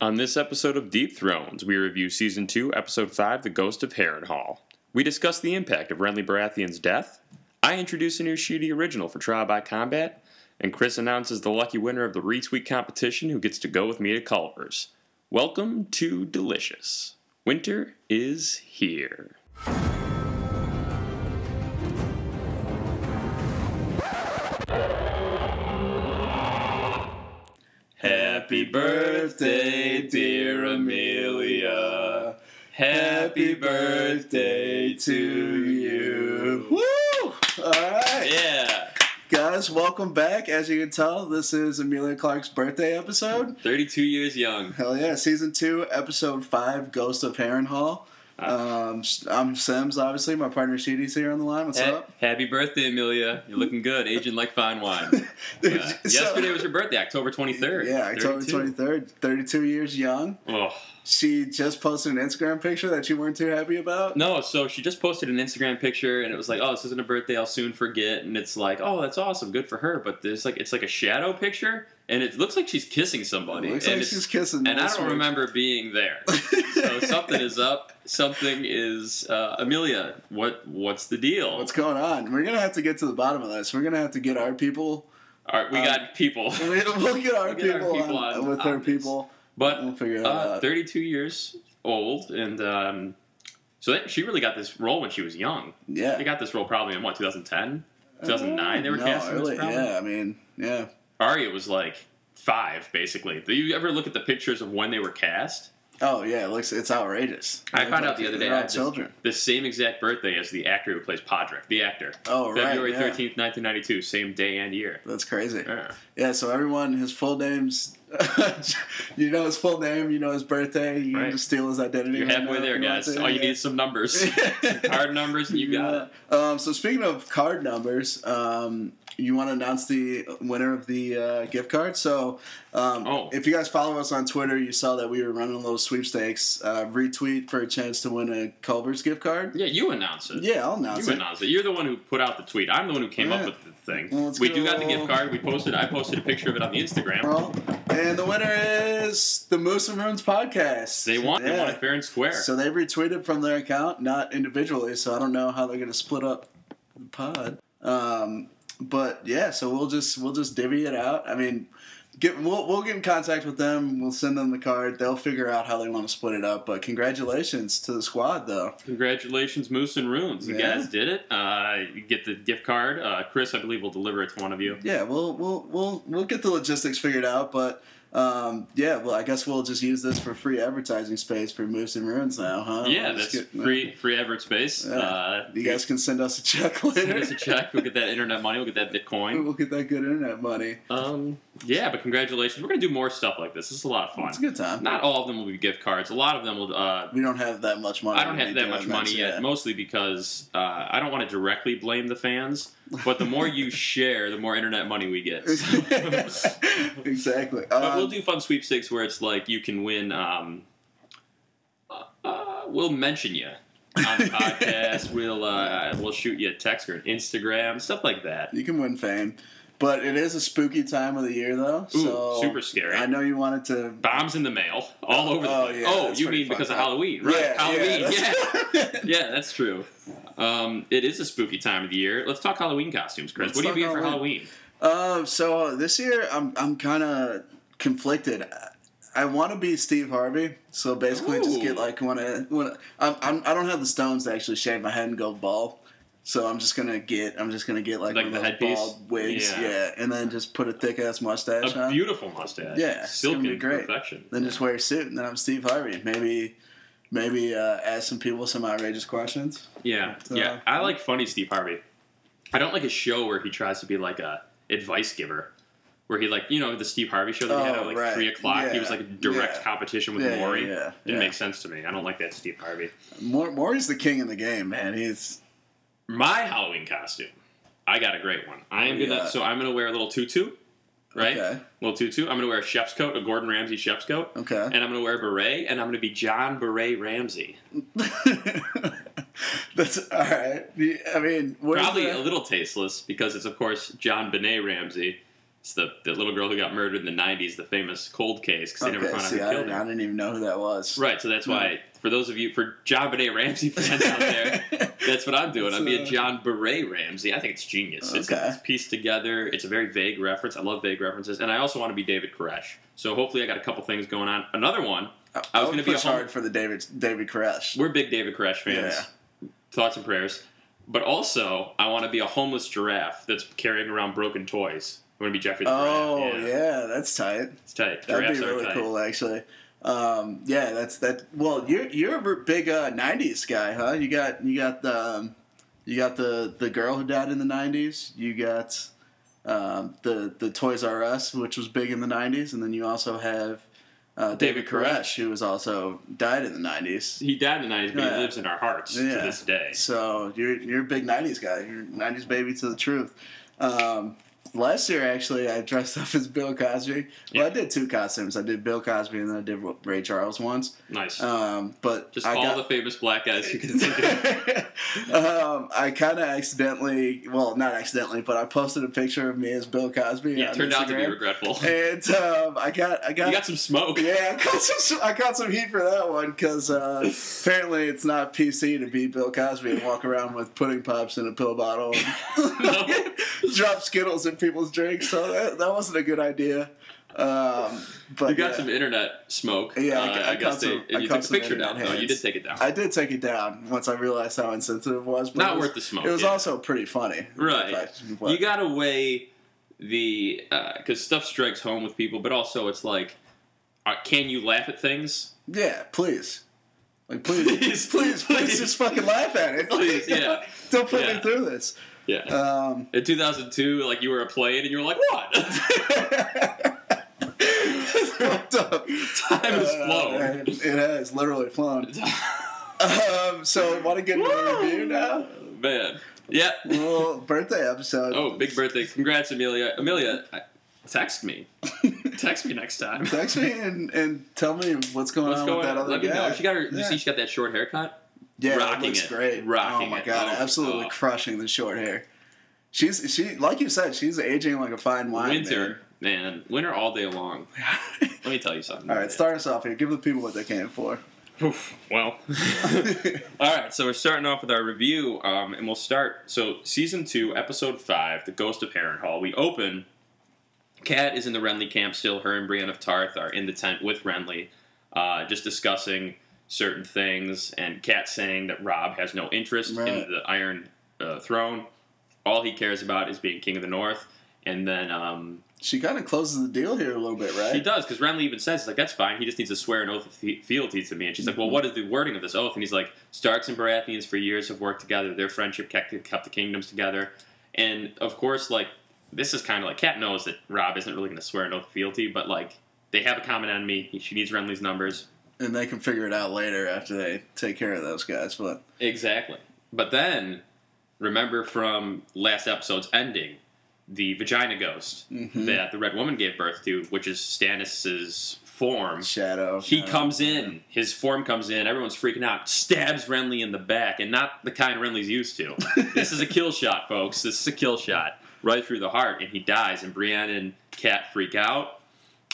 On this episode of Deep Thrones, we review Season 2, Episode 5, The Ghost of Harrenhal. We discuss the impact of Renly Baratheon's death. I introduce a new shooty original for Trial by Combat. And Chris announces the lucky winner of the retweet competition who gets to go with me to Culver's. Welcome to Delicious. Winter is here. Happy birthday, dear Amelia. Happy birthday to you. Woo! All right, Yeah. guys, welcome back. As you can tell, this is Amelia Clark's birthday episode. 32 years young. Hell yeah, season two, episode five, Ghost of Harrenhal. Ah. Um, I'm Sims, obviously. My partner Sheedy's here on the line. Eh. What's Ha- up? happy birthday, Amelia. You're looking good, aging like fine wine. Uh, Dude, Yeah. so- Yesterday was your birthday, October 23rd. Yeah, October 32. 23rd, 32 years young. Oh. She just posted an Instagram picture that you weren't too happy about. No, so she just posted an Instagram picture and it was like, oh, this isn't a birthday, I'll soon forget. And it's like, oh, that's awesome, good for her. But there's like, it's like a shadow picture and it looks like she's kissing somebody. Looks and like it's- she's kissing. and I this don't week. remember being there. So something is up. Something is uh, Amelia. What what's the deal? What's going on? We're gonna have to get to the bottom of this. We're gonna have to get our people. All right, we um, got people. We'll get our, get our people, people on, on- with on her this. people. But We'll figure that uh, out. 32 years old, and um, so that, she really got this role when she was young. Yeah. They got this role probably in what 2010, 2009. They were Uh, No, casting early- this. Probably. Yeah, I mean, yeah. Arya was like five, basically. Do you ever look at the pictures of when they were cast? Oh yeah, it looks it's outrageous. I found out the other day They're all I had this- children. The same exact birthday as the actor who plays Podrick, the actor. Oh right, February yeah. 13th, 1992, same day and year. That's crazy. Yeah. Yeah, so everyone, his full name's, you know his full name, you know his birthday, you Right. can just steal his identity. You're right halfway now there, if want guys. to, All you yeah. need is some numbers, some card numbers, and you got it. Yeah. Um, so speaking of card numbers, um, you want to announce the winner of the uh, gift card. So um, Oh. if you guys follow us on Twitter, you saw that we were running a little sweepstakes. Uh, retweet for a chance to win a Culver's gift card. Yeah, you announce it. Yeah, I'll announce You it. announced it. You're the one who put out the tweet. I'm the one who came Yeah. up with the thing. Well, let's we go. Oh, do got the gift card. We posted. I posted a picture of it on the Instagram. Well, And the winner is the Moose and Runes podcast. They want. They want it fair and square. So they retweeted from their account, not individually. So I don't know how they're gonna split up the pod. Um, but yeah, so we'll just we'll just divvy it out. I mean, get we'll we'll get in contact with them. We'll send them the card. They'll figure out how they want to split it up. But congratulations to the squad, though. Congratulations, Moose and Runes. You Yeah. guys did it. Uh, you get the gift card. Uh, Chris, I believe, will deliver it to one of you. Yeah, we'll we'll we'll we'll get the logistics figured out. But um, yeah, well, I guess we'll just use this for free advertising space for Moose and Ruins now, huh? yeah, We'll just that's get- free. Free advert space. Yeah. Uh, You guys can send us a check Send later. us a check. We'll get that internet money. We'll get that Bitcoin. We'll get that good internet money. Um, yeah, but congratulations. We're gonna do more stuff like this. This is a lot of It's a fun. good time. Not all of them will be gift cards. A lot of them will uh, we don't have that much money. I don't to have that be doing much this, money yet, yeah. mostly because uh, I don't want to directly blame the fans. But the more you share, the more internet money we get. but exactly. we'll Um, do fun sweepstakes where it's like you can win. Um, uh, uh, we'll mention you on the podcast. we'll uh, we'll shoot you a text or an Instagram, stuff like that. you can win fame, but it is a spooky time of the year, though. Ooh, so super scary. I know you wanted to. Bombs in the mail, all over the Oh, place. yeah, oh, that's you pretty mean because of fucked up. Halloween, right? Halloween, yeah. yeah. yeah, that's true. Um, it is a spooky time of the year. Let's talk Halloween costumes, Chris. Let's what are you talk being for Halloween. Halloween? Uh, so this year, I'm I'm kind of conflicted. I want to be Steve Harvey, so basically just Ooh. get like when I when I- I'm, I'm I don't have the stones to actually shave my head and go bald, so I'm just gonna get I'm just gonna get like, Like one the of those headpiece? bald wigs, yeah. Yeah. and then just put a thick ass mustache A on, beautiful mustache. Yeah, it's gonna be silky great. perfection. then just wear a suit, and then I'm Steve Harvey. Maybe maybe uh, ask some people some outrageous questions. yeah, So- yeah. I like funny Steve Harvey. I don't like a show where he tries to be like a advice giver, where he like you know the Steve Harvey show that we had Oh, at like right. three o'clock. He Yeah, was like a direct yeah. competition with Yeah, Maury. yeah, Didn't yeah. make sense to me. I don't like that Steve Harvey. More Maury's the king in the game, man. He's My Halloween costume. I got a great one. I am What do you gonna got? so I'm gonna wear a little tutu, right? Okay. Little tutu. I'm gonna wear a chef's coat, a Gordon Ramsay chef's coat. okay. and I'm gonna wear a beret, and I'm gonna be John Beret Ramsey. That's all right. You- I mean, where's Probably the- a little tasteless because it's of course John Benet Ramsey. It's the, the little girl who got murdered in the 90s, the famous cold case, because they never Okay, found out see, who I killed didn't, I her. didn't even know who that was. Right, so that's why, for those of you, for John Benet Ramsey fans out there, that's what I'm doing. I'm being So- John Beret Ramsey. I think it's genius. It's, uh, Okay. it's pieced together. It's a very vague reference. I love vague references, and I also want to be David Koresh. So hopefully, I got a couple things going on. Another one. I I, was was going gonna to be a push hom- hard for the David David Koresh. We're big David Koresh fans. Yeah. Thoughts and prayers. But also, I want to be a homeless giraffe that's carrying around broken toys. I want to be Jeffrey the Oh Giraffe. yeah. that's tight. It's tight. That'd Giraffes be are really tight. cool, actually. Um, yeah, that's that. Well, you're you're a big uh, '90s guy, huh? You got you got the um, you got the the girl who died in the '90s. You got um, the the Toys R Us, which was big in the '90s, and then you also have uh, David, David Koresh, Koresh. who was also died in the '90s. He died in the 90s, but he Yeah. lives in our hearts Yeah. to this day. So you're you're a big '90s guy. You're a '90s baby to the truth. Um, last year, actually, I dressed up as Bill Cosby. Well, Yeah. I did two costumes. I did Bill Cosby, and then I did Ray Charles once. Nice. Um, but Just I all got, the famous black guys you can think of. um, I kind of accidentally, well, not accidentally, but I posted a picture of me as Bill Cosby. Yeah, on it turned out to be Instagram. regretful. And um, I got, I You got, got some smoke. yeah, I caught some. I caught some heat for that one because uh, apparently it's not PC to be Bill Cosby and walk around with pudding pops in a pill bottle, and No. drop Skittles in people's drinks. So that, that wasn't a good idea. Um, but You got yeah. some internet smoke. Yeah, I uh, ca- I guess caught some- they, I you caught took the some picture internet down. No, you hands. did take it down. I did take it down once I realized how insensitive it was. But Not it was, worth the smoke, It was yeah. also pretty funny, Right. In fact, but- you gotta weigh the because stuff strikes home with people, but also it's like, uh, can you laugh at things? yeah, please. Like please, please, Please, please, please. just fucking laugh at it. Like, Please, yeah. Don't put me Yeah. through this. Yeah. Um, In 2002, like you were a plane and you were like, what? fucked up. Time has flown. and it has literally flown. Um, so want to get into the Woo! review now? Man. Yeah. Well, birthday episode. Oh, big birthday! Congrats, Amelia. Amelia, I- text me. text me next time. Text me and, and tell me what's going What's on going with that on? other Let guy. me know. She got her. You Yeah. see, she got that short haircut. yeah, it rocking looks it. great. Rocking oh my it. god, Oh, absolutely oh. crushing the short hair. She's she like you said, she's aging like a fine wine. Winter, man. Winter all day long. man. Let me tell you something. All right, start us off here. Give the people what they came for. Oof, well. All right, so we're starting off with our review, um, and we'll start. So, season two, episode five, "The Ghost of Heron Hall." We open. Kat is in the Renly camp still. Her and Brienne of Tarth are in the tent with Renly, uh, just discussing certain things, and Kat saying that Rob has no interest Right. in the Iron uh, Throne. All he cares about is being King of the North. And then um, she kind of closes the deal here a little bit, right? she does, because Renly even says, like, that's fine. He just needs to swear an oath of fe- fealty to me. And she's like, well, what is the wording of this oath? And he's like, Starks and Baratheons for years have worked together. Their friendship kept, kept the kingdoms together. And, of course, like, this is kind of like, Kat knows that Rob isn't really going to swear an oath of fealty, but, like, they have a common enemy. She needs Renly's numbers. and they can figure it out later after they take care of those guys. But Exactly. But then, remember from last episode's ending, the vagina ghost Mhm. that the red woman gave birth to, which is Stannis's form. Shadow, He uh, comes in, his form comes in, everyone's freaking out, stabs Renly in the back, and not the kind Renly's used to. this is a kill shot, folks. This is a kill shot. Right through the heart, and he dies, and Brienne and Kat freak out.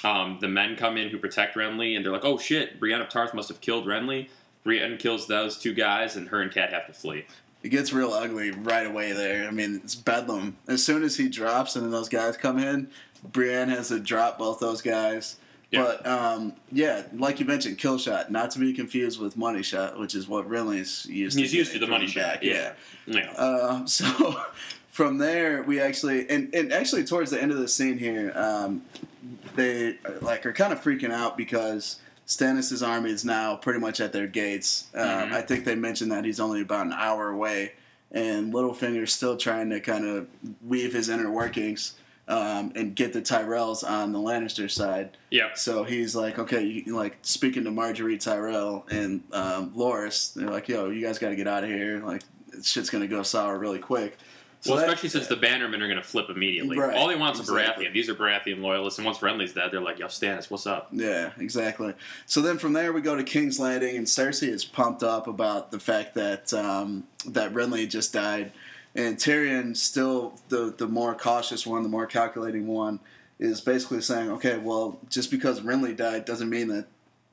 Um, the men come in who protect Renly, and they're like, oh shit, Brienne of Tarth must have killed Renly. Brienne kills those two guys, and her and Kat have to flee. It gets real ugly right away there. I mean, it's bedlam. As soon as he drops and then those guys come in, Brienne has to drop both those guys. Yeah. But um, yeah, like you mentioned, kill shot, not to be confused with money shot, which is what Renly's used. He's to used to getting the from money shot. back, Yeah. yeah. Um, so from there, we actually and, and actually towards the end of the scene here, um, they uh, like are kind of freaking out because Stannis' army is now pretty much at their gates. Um, Mhm. I think they mentioned that he's only about an hour away, and Littlefinger's still trying to kind of weave his inner workings um, and get the Tyrells on the Lannister side. Yeah. So he's like, okay, you, like speaking to Marjorie Tyrell and um, Loris, they're like, yo, you guys got to get out of here. Like, shit's gonna go sour really quick. So well, that- especially since the Bannermen are going to flip immediately. Right, All they want is exactly. a Baratheon. These are Baratheon loyalists, and once Renly's dead, they're like, yo, Stannis, what's up? Yeah, exactly. So then from there we go to King's Landing, and Cersei is pumped up about the fact that um, that Renly just died, and Tyrion still the the more cautious one, the more calculating one, is basically saying, okay, well, just because Renly died doesn't mean that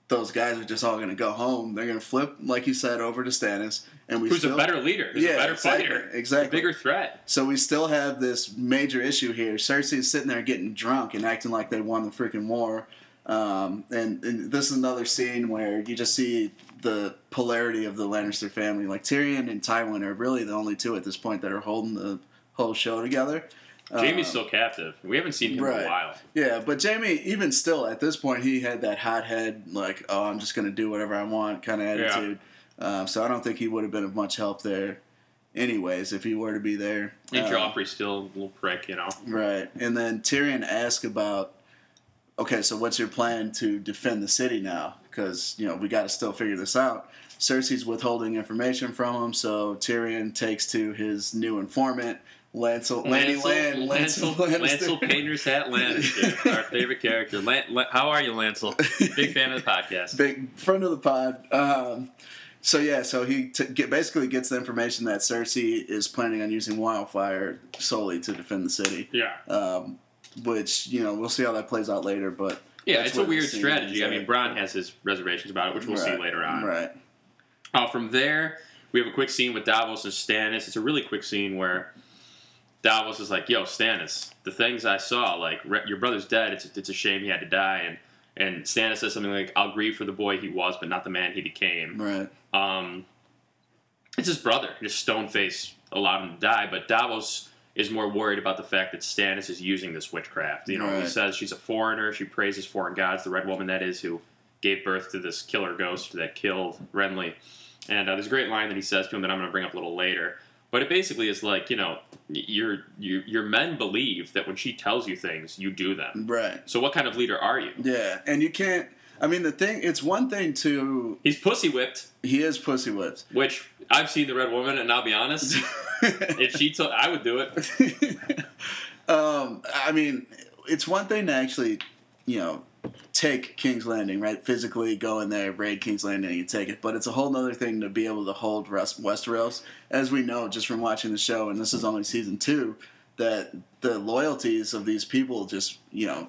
those guys are just all going to go home. They're going to flip, like you said, over to Stannis, and we Who's still, a better leader? Who's Yeah, a better exactly, fighter? exactly. A bigger threat. So we still have this major issue here. Cersei's sitting there getting drunk and acting like they won the freaking war. Um, and, and this is another scene where you just see the polarity of the Lannister family. Like Tyrion and Tywin are really the only two at this point that are holding the whole show together. Jamie's still captive. We haven't seen him in Uh, right. a while. Yeah, but Jamie, even still at this point, he had that hot head, like, oh, I'm just going to do whatever I want kind of attitude. Um, so I don't think he would have been of much help there, anyways, if he were to be there. And Um, Joffrey's still a little prick, you know. Right. And then Tyrion asked about, okay, so what's your plan to defend the city now? Because, you know, we got to still figure this out. Cersei's withholding information from him, so Tyrion takes to his new informant, Lancel, Lanny Land, Lancel, Lannister. Lancel Painter's Hat Lannister, our favorite character. Lan- Lan- how are you, Lancel? Big fan of the podcast. Big friend of the pod. Um, so yeah, so he t- get, basically gets the information that Cersei is planning on using wildfire solely to defend the city. yeah, Um, which you know we'll see how that plays out later, but yeah, that's it's a what the weird scene strategy. is, I right? mean, Bron has his reservations about it, which we'll see Right, later on. Right. Uh, from there, we have a quick scene with Davos and Stannis. It's a really quick scene where Davos is like, "Yo, Stannis, the things I saw, like re- your brother's dead. It's it's a shame he had to die." And and Stannis says something like, "I'll grieve for the boy he was, but not the man he became." Right. Um, it's his brother. Just stone face allowed him to die, but Davos is more worried about the fact that Stannis is using this witchcraft. You know, he Right. says she's a foreigner. She praises foreign gods, the red woman that is, who gave birth to this killer ghost that killed Renly. And uh, there's a great line that he says to him that I'm going to bring up a little later. But it basically is like, you know, y- your, your your men believe that when she tells you things, you do them. Right. So what kind of leader are you? Yeah. And you can't. I mean, the thing. It's one thing to He's pussy whipped, he is pussy whipped. which I've seen the red woman, and I'll be honest, if she told, I would do it. um, I mean, it's one thing to actually, you know, take King's Landing, right? Physically go in there, raid King's Landing, and take it. But it's a whole other thing to be able to hold Rest- Westeros, as we know just from watching the show, and this is only season two, that the loyalties of these people just, you know.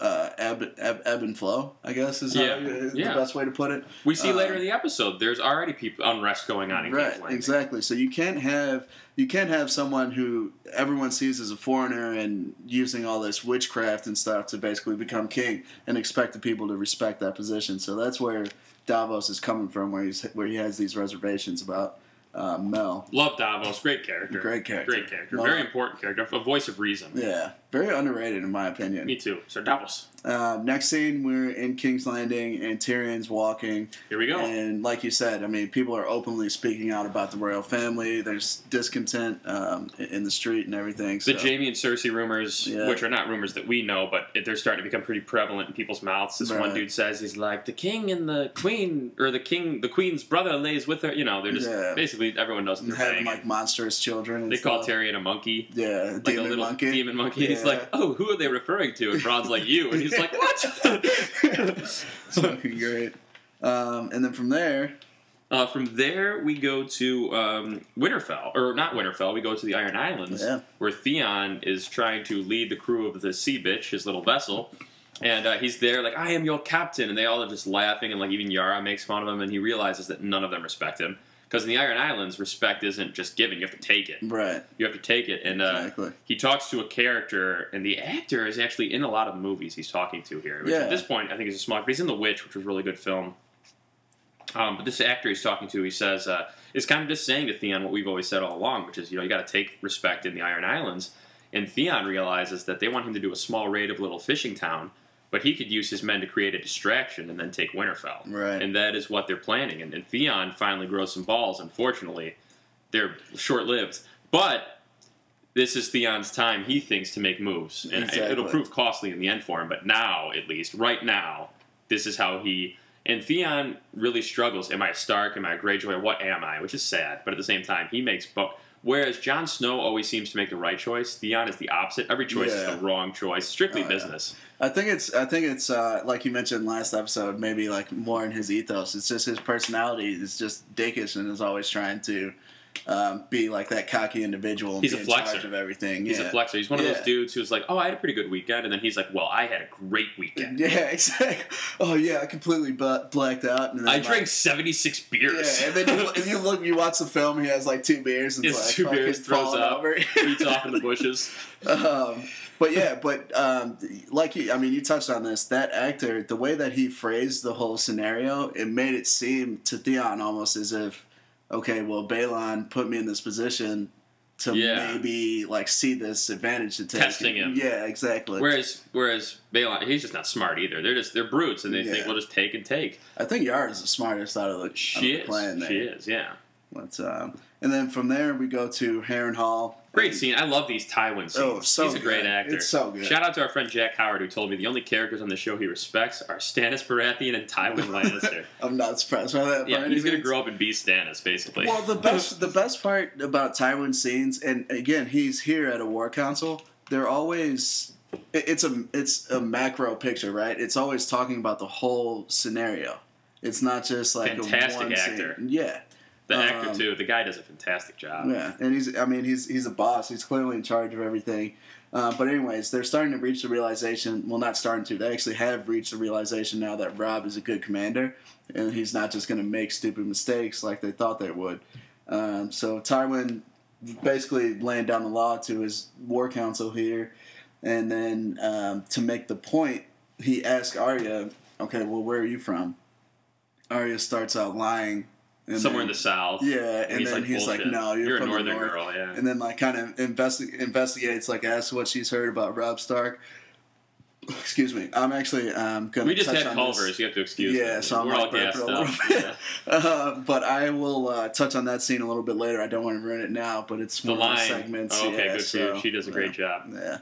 Uh, ebb, ebb, ebb and flow, I guess is how- Yeah. is Yeah. the best way to put it. We see later Um, in the episode. There's already people unrest going on in right King's Landing. exactly so you can't have you can't have someone who everyone sees as a foreigner and using all this witchcraft and stuff to basically become king and expect the people to respect that position so that's where davos is coming from where he's where he has these reservations about uh, mel Love Davos, great character, Great character. great character, Love very it. important character, a voice of reason. yeah very underrated in my opinion Me too, Sir Davos. Um, next scene, we're in King's Landing, and Tyrion's walking. Here we go. And like you said, I mean, people are openly speaking out about the royal family. There's discontent um, i- in the street and everything. The so- Jamie and Cersei rumors, Yeah. which are not rumors that we know, but it- they're starting to become pretty prevalent in people's mouths. This one Right. dude says he's like the king and the queen, or the king, the queen's brother lays with her. You know, they're just Yeah. basically everyone knows what and they're saying. having like monstrous children. And they call stuff. Tyrion a monkey. Yeah, like demon a little monkey. demon monkey. He's Yeah. like, oh, who are they referring to? And Bron's like, you. And he's like, what? It's fucking great. Um, and then from there, uh, from there, we go to um, Winterfell, or not Winterfell. We go to the Iron Islands, Yeah. where Theon is trying to lead the crew of the Sea Bitch, his little vessel. And uh, he's there, like, I am your captain. And they all are just laughing, and like, even Yara makes fun of him, and he realizes that none of them respect him. Because in the Iron Islands, respect isn't just given, you have to take it. right, You have to take it. And uh, exactly. he talks to a character, and the actor is actually in a lot of movies he's talking to here. Which Yeah. At this point, I think is a smart. But he's in The Witch, which was a really good film. Um, but this actor he's talking to, he says, uh, is kind of just saying to Theon what we've always said all along, which is, you know, you got to take respect in the Iron Islands. And Theon realizes that they want him to do a small raid of a little fishing town, but he could use his men to create a distraction and then take Winterfell. Right. And that is what they're planning. And, and Theon finally grows some balls, unfortunately. They're short lived. But this is Theon's time, he thinks, to make moves. And Exactly. it'll prove costly in the end for him, but now, at least, right now, this is how he. And Theon really struggles. Am I a Stark? Am I a Greyjoy? What am I? Which is sad, but at the same time, he makes both. Whereas Jon Snow always seems to make the right choice, Theon is the opposite. Every choice Yeah. is the wrong choice. Strictly Oh, yeah. business. I think it's I think it's uh, like you mentioned last episode, maybe like more in his ethos. It's just his personality is just dickish and is always trying to um, being like that cocky individual. And He's a be in flexer. charge of everything. He's yeah. a flexer. He's one of Yeah. those dudes who's like, "Oh, I had a pretty good weekend," and then he's like, "Well, I had a great weekend. Yeah, exactly. Oh yeah, I completely bu- blacked out. And then I like- drank seventy six beers." Yeah, and then you, if you look, you watch the film. He has like two beers and He has like two beers, fucking throws falling up, over. Beats off in the bushes. um, but yeah, but um, like you, I mean, you touched on this. That actor, the way that he phrased the whole scenario, it made it seem to Theon almost as if, okay, well, Balon put me in this position to Yeah. maybe like see this advantage to take. Testing him. Yeah, exactly. Whereas, whereas Balon, he's just not smart either. They're just they're brutes, and they Yeah. think we'll just take and take. I think Yara is the smartest out of the, out She of the is, plan there. she is, yeah. But, um, and then from there we go to Heron Hall. Great scene. I love these Tywin scenes. Oh, so he's a great good. actor. It's so good. Shout out to our friend Jack Howard, who told me the only characters on the show he respects are Stannis Baratheon and Tywin Lannister. I'm not surprised by that. by yeah, any he's gonna means. grow up and be Stannis, basically. Well, the best the best part about Tywin scenes, and again, he's here at a war council. They're always it- it's a it's a macro picture, right? It's always talking about the whole scenario. It's not just like Fantastic a one actor. Scene. Yeah, the actor um, too. The guy does a fantastic job. yeah, and he's I mean he's he's a boss. He's clearly in charge of everything. Uh, but anyways, they're starting to reach the realization. Well, not starting to. They actually have reached the realization now that Rob is a good commander, and he's not just going to make stupid mistakes like they thought they would. Um, so Tywin basically laying down the law to his war council here, and then um, to make the point, he asks Arya, "Okay, well, where are you from?" Arya starts out lying. and Somewhere in then- the south. yeah, and then he's like, "Bullshit. "No, you're a from the northern north." girl." Yeah. and then like kind of investi- investigates, like asks what she's heard about Rob Stark. Excuse me, I'm actually um, gonna. we just touch had on Culver's. This. You have to excuse Yeah, me. so I'm We're like all burping gassed a little up. bit. Yeah. Uh, but I will uh, touch on that scene a little bit later. I don't want to ruin it now, but it's The one of line. the segments. Oh, okay, yeah, good for so, you. She does a great job. Yeah.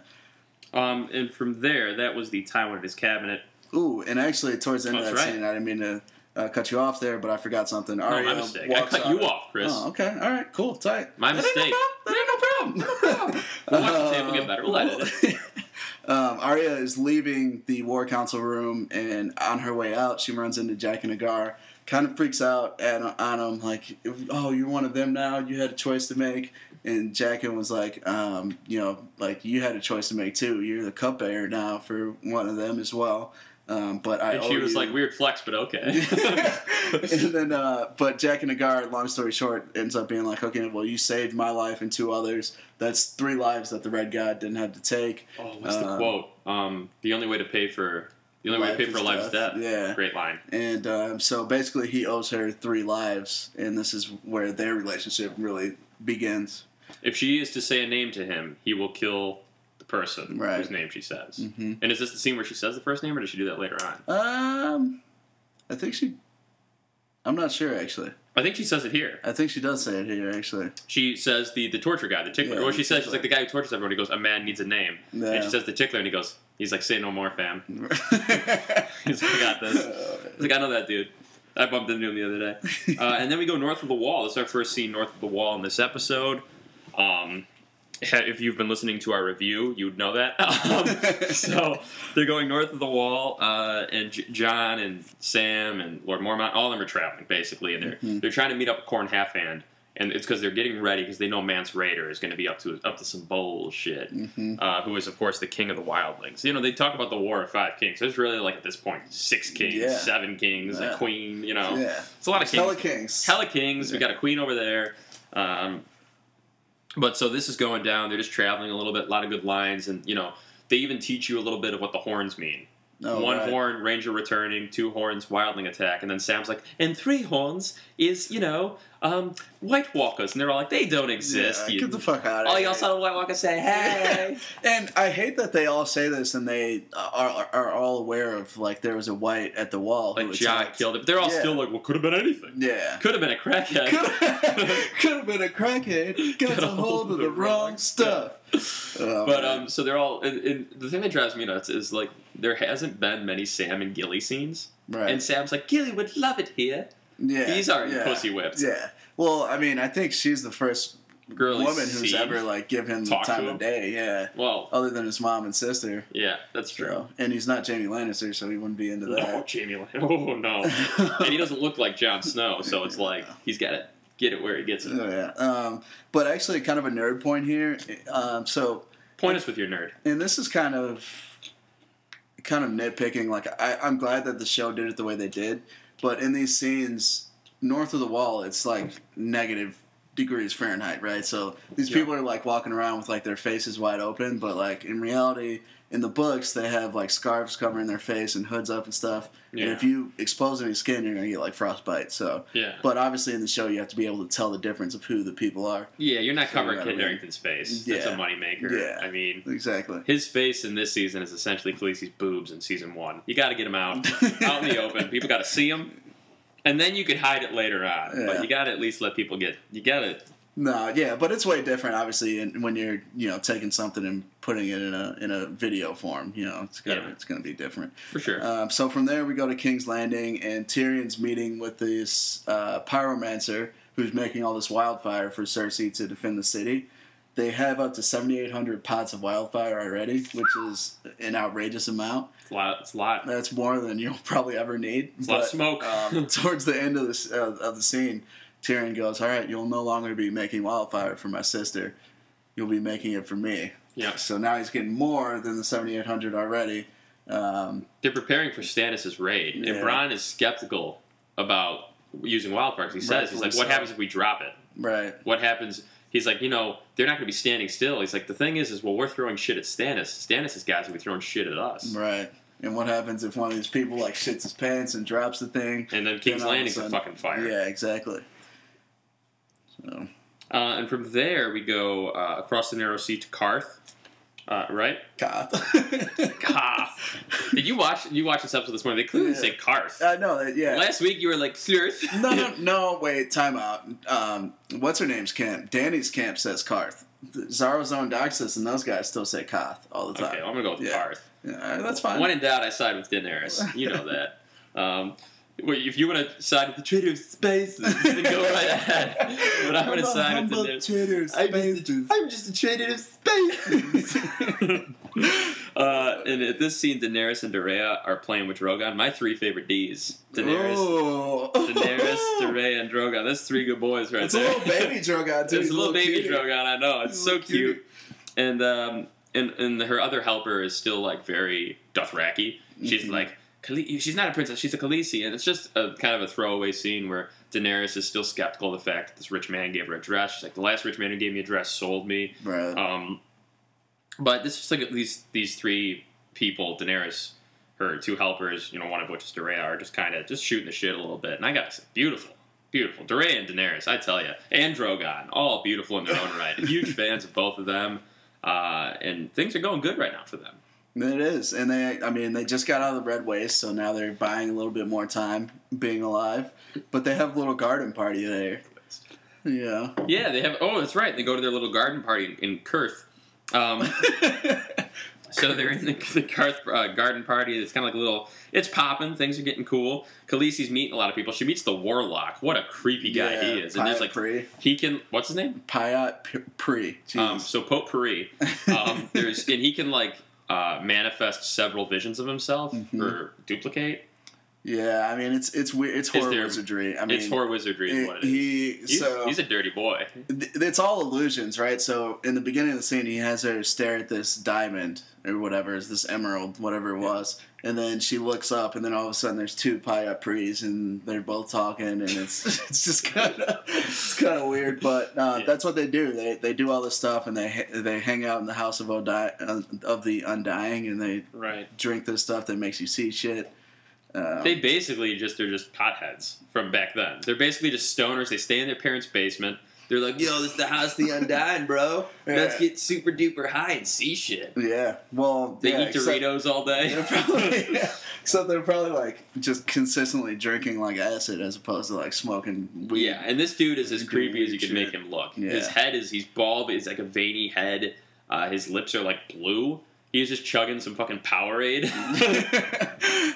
Um, and from there, that was the Tywin and his cabinet. Ooh, and actually, towards the end of Oh, That's that right. scene, I didn't mean to uh, cut you off there, but I forgot something. No, Arya my mistake. I walks cut out you of- off, Chris. Oh, okay. All right. Cool. Tight. My That ain't mistake. no problem. That ain't no problem. We'll watch the tape. We'll get better. We'll edit um, Arya is leaving the war council room, and on her way out, she runs into Jack and Agar. Kind of freaks out at, on him, like, "Oh, you're one of them now. You had a choice to make." And Jackin was like, um, "You know, like you had a choice to make too. You're the cupbearer now for one of them as well." Um, but I And she owe was you- like, weird flex, but okay. and then, uh, but Jack and Agar, long story short, ends up being like, okay, well, you saved my life and two others. That's three lives that the Red God didn't have to take. oh, what's the Um, quote? Um, the only way to pay for the only way to Life pay for a is life is death. death. Yeah. Great line. And um, so basically, he owes her three lives, and this is where their relationship really begins. If she is to say a name to him, he will kill the person Right. whose name she says. Mhm. And is this the scene where she says the first name, or does she do that later on? Um, I think she. I'm not sure actually. I think she says it here. I think she does say it here actually. She says the, the torture guy, the tickler. Yeah, well, the she says she's tickler. like the guy who tortures everyone. He goes, a man needs a name, and Yeah. she says the tickler, and he goes, he's like, say no more, fam. He's like, I got this. Uh, He's like, I know that dude. I bumped into him the other day. Uh, and then we go north of the wall. This is our first scene north of the wall in this episode. Um, ha- if you've been listening to our review, you'd know that. Um, so they're going north of the wall, uh, and J- John and Sam and Lord Mormont, all of them are traveling basically, and they're they're trying to meet up at Corn Half Hand, and it's because they're getting ready because they know Mance Raider is going to be up to up to some bullshit, mm-hmm. uh, who is of course the king of the wildlings. You know, they talk about the War of Five Kings. There's really like at this point six kings, Yeah. seven kings, Yeah. a queen. You know, Yeah. it's a lot of Oh. kings. Hella Kings. Hella Kings. We got a queen over there. Um, but so this is going down. They're just traveling a little bit. A lot of good lines, and you know they even teach you a little bit of what the horns mean. Oh, One right. horn, ranger returning. Two horns, wildling attack. And then Sam's like, and three horns is you know um, White Walkers, and they're all like, they don't exist. Yeah, you- get the fuck out of all here. y'all saw the White Walkers say, hey. and I hate that they all say this and they are, are, are all aware of like there was a white at the wall like who John attacked. killed it. But they're all Yeah. still like, well, could have been anything. Yeah. Could have been a crackhead. Could have been a crackhead. Got a hold of the wrong stuff. Oh, But man. um, so they're all, and, and the thing that drives me nuts is like there hasn't been many Sam and Gilly scenes, right. and Sam's like Gilly would love it here. yeah. These are yeah. pussy whipped. Yeah. Well, I mean, I think she's the first Girly woman who's scene. ever like give him the Talk to time him. of day. Yeah. Well, Other than his mom and sister. yeah, that's true. So, and he's not Jamie Lannister, so he wouldn't be into Oh, that. Jamie Lynn. Oh no, and he doesn't look like Jon Snow, so it's like he's got it Get it where it gets it. Oh, yeah. Um, but actually, kind of a nerd point here. Um, so, Point us with your nerd. and this is kind of kind of nitpicking. Like, I, I'm glad that the show did it the way they did, but in these scenes north of the wall, it's like negative degrees Fahrenheit, right? So these Yeah. people are like walking around with like their faces wide open, but like in reality, in the books, they have like scarves covering their face and hoods up and stuff. And Yeah. if you expose any skin, you're gonna get like frostbite. So. Yeah. But obviously, in the show, you have to be able to tell the difference of who the people are. Yeah, you're not So covering you Kit gotta win. Harington's face. That's Yeah. a moneymaker. Yeah. I mean, Exactly. his face in this season is essentially Khaleesi's boobs in season one. You got to get him out, out in the open. People got to see him, and then you could hide it later on. Yeah. But you got to at least let people get. You got to. No, yeah, but it's way different, obviously, in, when you're you know taking something and putting it in a in a video form. You know, it's gonna Yeah. it's gonna be different. For sure. Um, so from there, we go to King's Landing, and Tyrion's meeting with this uh, pyromancer who's making all this wildfire for Cersei to defend the city. They have up to 7,800 pots of wildfire already, which is an outrageous amount. it's a lot. It's a lot. That's more than you'll probably ever need. It's a lot of but- smoke. um, towards the end of this uh, of the scene, Tyrion goes, "All right, you'll no longer be making wildfire for my sister. You'll be making it for me." yeah. So now he's getting more than the seventy eight hundred already. Um, They're preparing for Stannis' raid, Yeah. and Bronn is skeptical about using wildfires. He says, he's Rightfully like, what so. happens if we drop it? right. What happens? He's like, you know, they're not going to be standing still. He's like, the thing is, is well, we're throwing shit at Stannis. Stannis' guys will be throwing shit at us. Right. And what happens if one of these people like shits his pants and drops the thing? And then King's Then all of a Landing's a sudden- fucking fire. Yeah, exactly. So Uh, and from there, we go uh, across the narrow sea to Karth. Uh, right? cop. Karth. Did you watch you watch this episode this morning? They clearly Yeah. say Karth. I know that. Yeah. Last week, you were like, Sirth. no, no, no, wait, time out. Um, what's her name's camp? Danny's camp says Karth. Zara's own Doxus and those guys still say Koth all the time. Okay, I'm going to go with Yeah. Karth. Yeah, all right, that's fine. When in doubt, I side with Daenerys. You know that. Um, wait, if you want to side with the Traitor of Spaces, then go right ahead. But I'm going to side with Daenerys. I'm just, a, I'm just a Traitor of Spaces. uh, and at this scene, Daenerys and Dorea are playing with Drogon. My three favorite Ds. Daenerys, Oh. Ooh. Daenerys, Dorea, and Drogon. That's three good boys right It's a there. little baby Drogon, too. It's a little baby cutie. Drogon. I know. It's He's a so little cutie. cute. And um, and and her other helper is still like very Dothraki. She's Mhm. like Khale- she's not a princess. She's a Khaleesi, and it's just a kind of a throwaway scene where Daenerys is still skeptical of the fact that this rich man gave her a dress. She's like, the last rich man who gave me a dress sold me. Right. Um, but this is like these these three people, Daenerys, her two helpers, you know, one of which is Dorea, are just kind of just shooting the shit a little bit. And I gotta say, beautiful, beautiful. Dorea and Daenerys, I tell you, and Drogon, all beautiful in their own right. Huge fans of both of them, uh, and things are going good right now for them. It is, and they. I mean, they just got out of the red waste, so now they're buying a little bit more time being alive. But they have a little garden party there. Yeah. Yeah, they have. Oh, that's right. They go to their little garden party in, in Kurth. Um, So they're in the, the Garth, uh, garden party. It's kind of like a little. It's popping. Things are getting cool. Khaleesi's meeting a lot of people. She meets the warlock. What a creepy guy he is. And there's like Pri. he can. What's his name? Payat P- Pri. Um, Jesus. so Potpourri. Um, there's and he can like uh, manifest several visions of himself Mhm. or duplicate. yeah, I mean it's it's weird. It's horror there- wizardry. I mean, it's horror wizardry. Is it- what it is. he he's, so he's a dirty boy. th- it's all illusions, right? So in the beginning of the scene, he has her stare at this diamond or whatever, is this emerald, whatever it was, and then she looks up, and then all of a sudden there's two Paya Pris, and they're both talking, and it's it's just kind of it's kind of weird, but uh, Yeah. that's what they do. They they do all this stuff, and they ha- they hang out in the house of Odi- uh, of the Undying, and they Right. drink this stuff that makes you see shit. Um, They basically just they're just potheads from back then. They're basically just stoners. They stay in their parents' basement. They're like, yo, this is the house of the undying, bro. Let's Yeah. get super duper high and see shit. yeah, well, They yeah, eat except- Doritos all day. They're probably, yeah. So they're probably like just consistently drinking like acid as opposed to like smoking weed. yeah, and this dude is as Doing creepy as you weird can shit. make him look. Yeah. His head is he's bald, but it's like a veiny head. Uh, his lips are like blue. He's just chugging some fucking Powerade.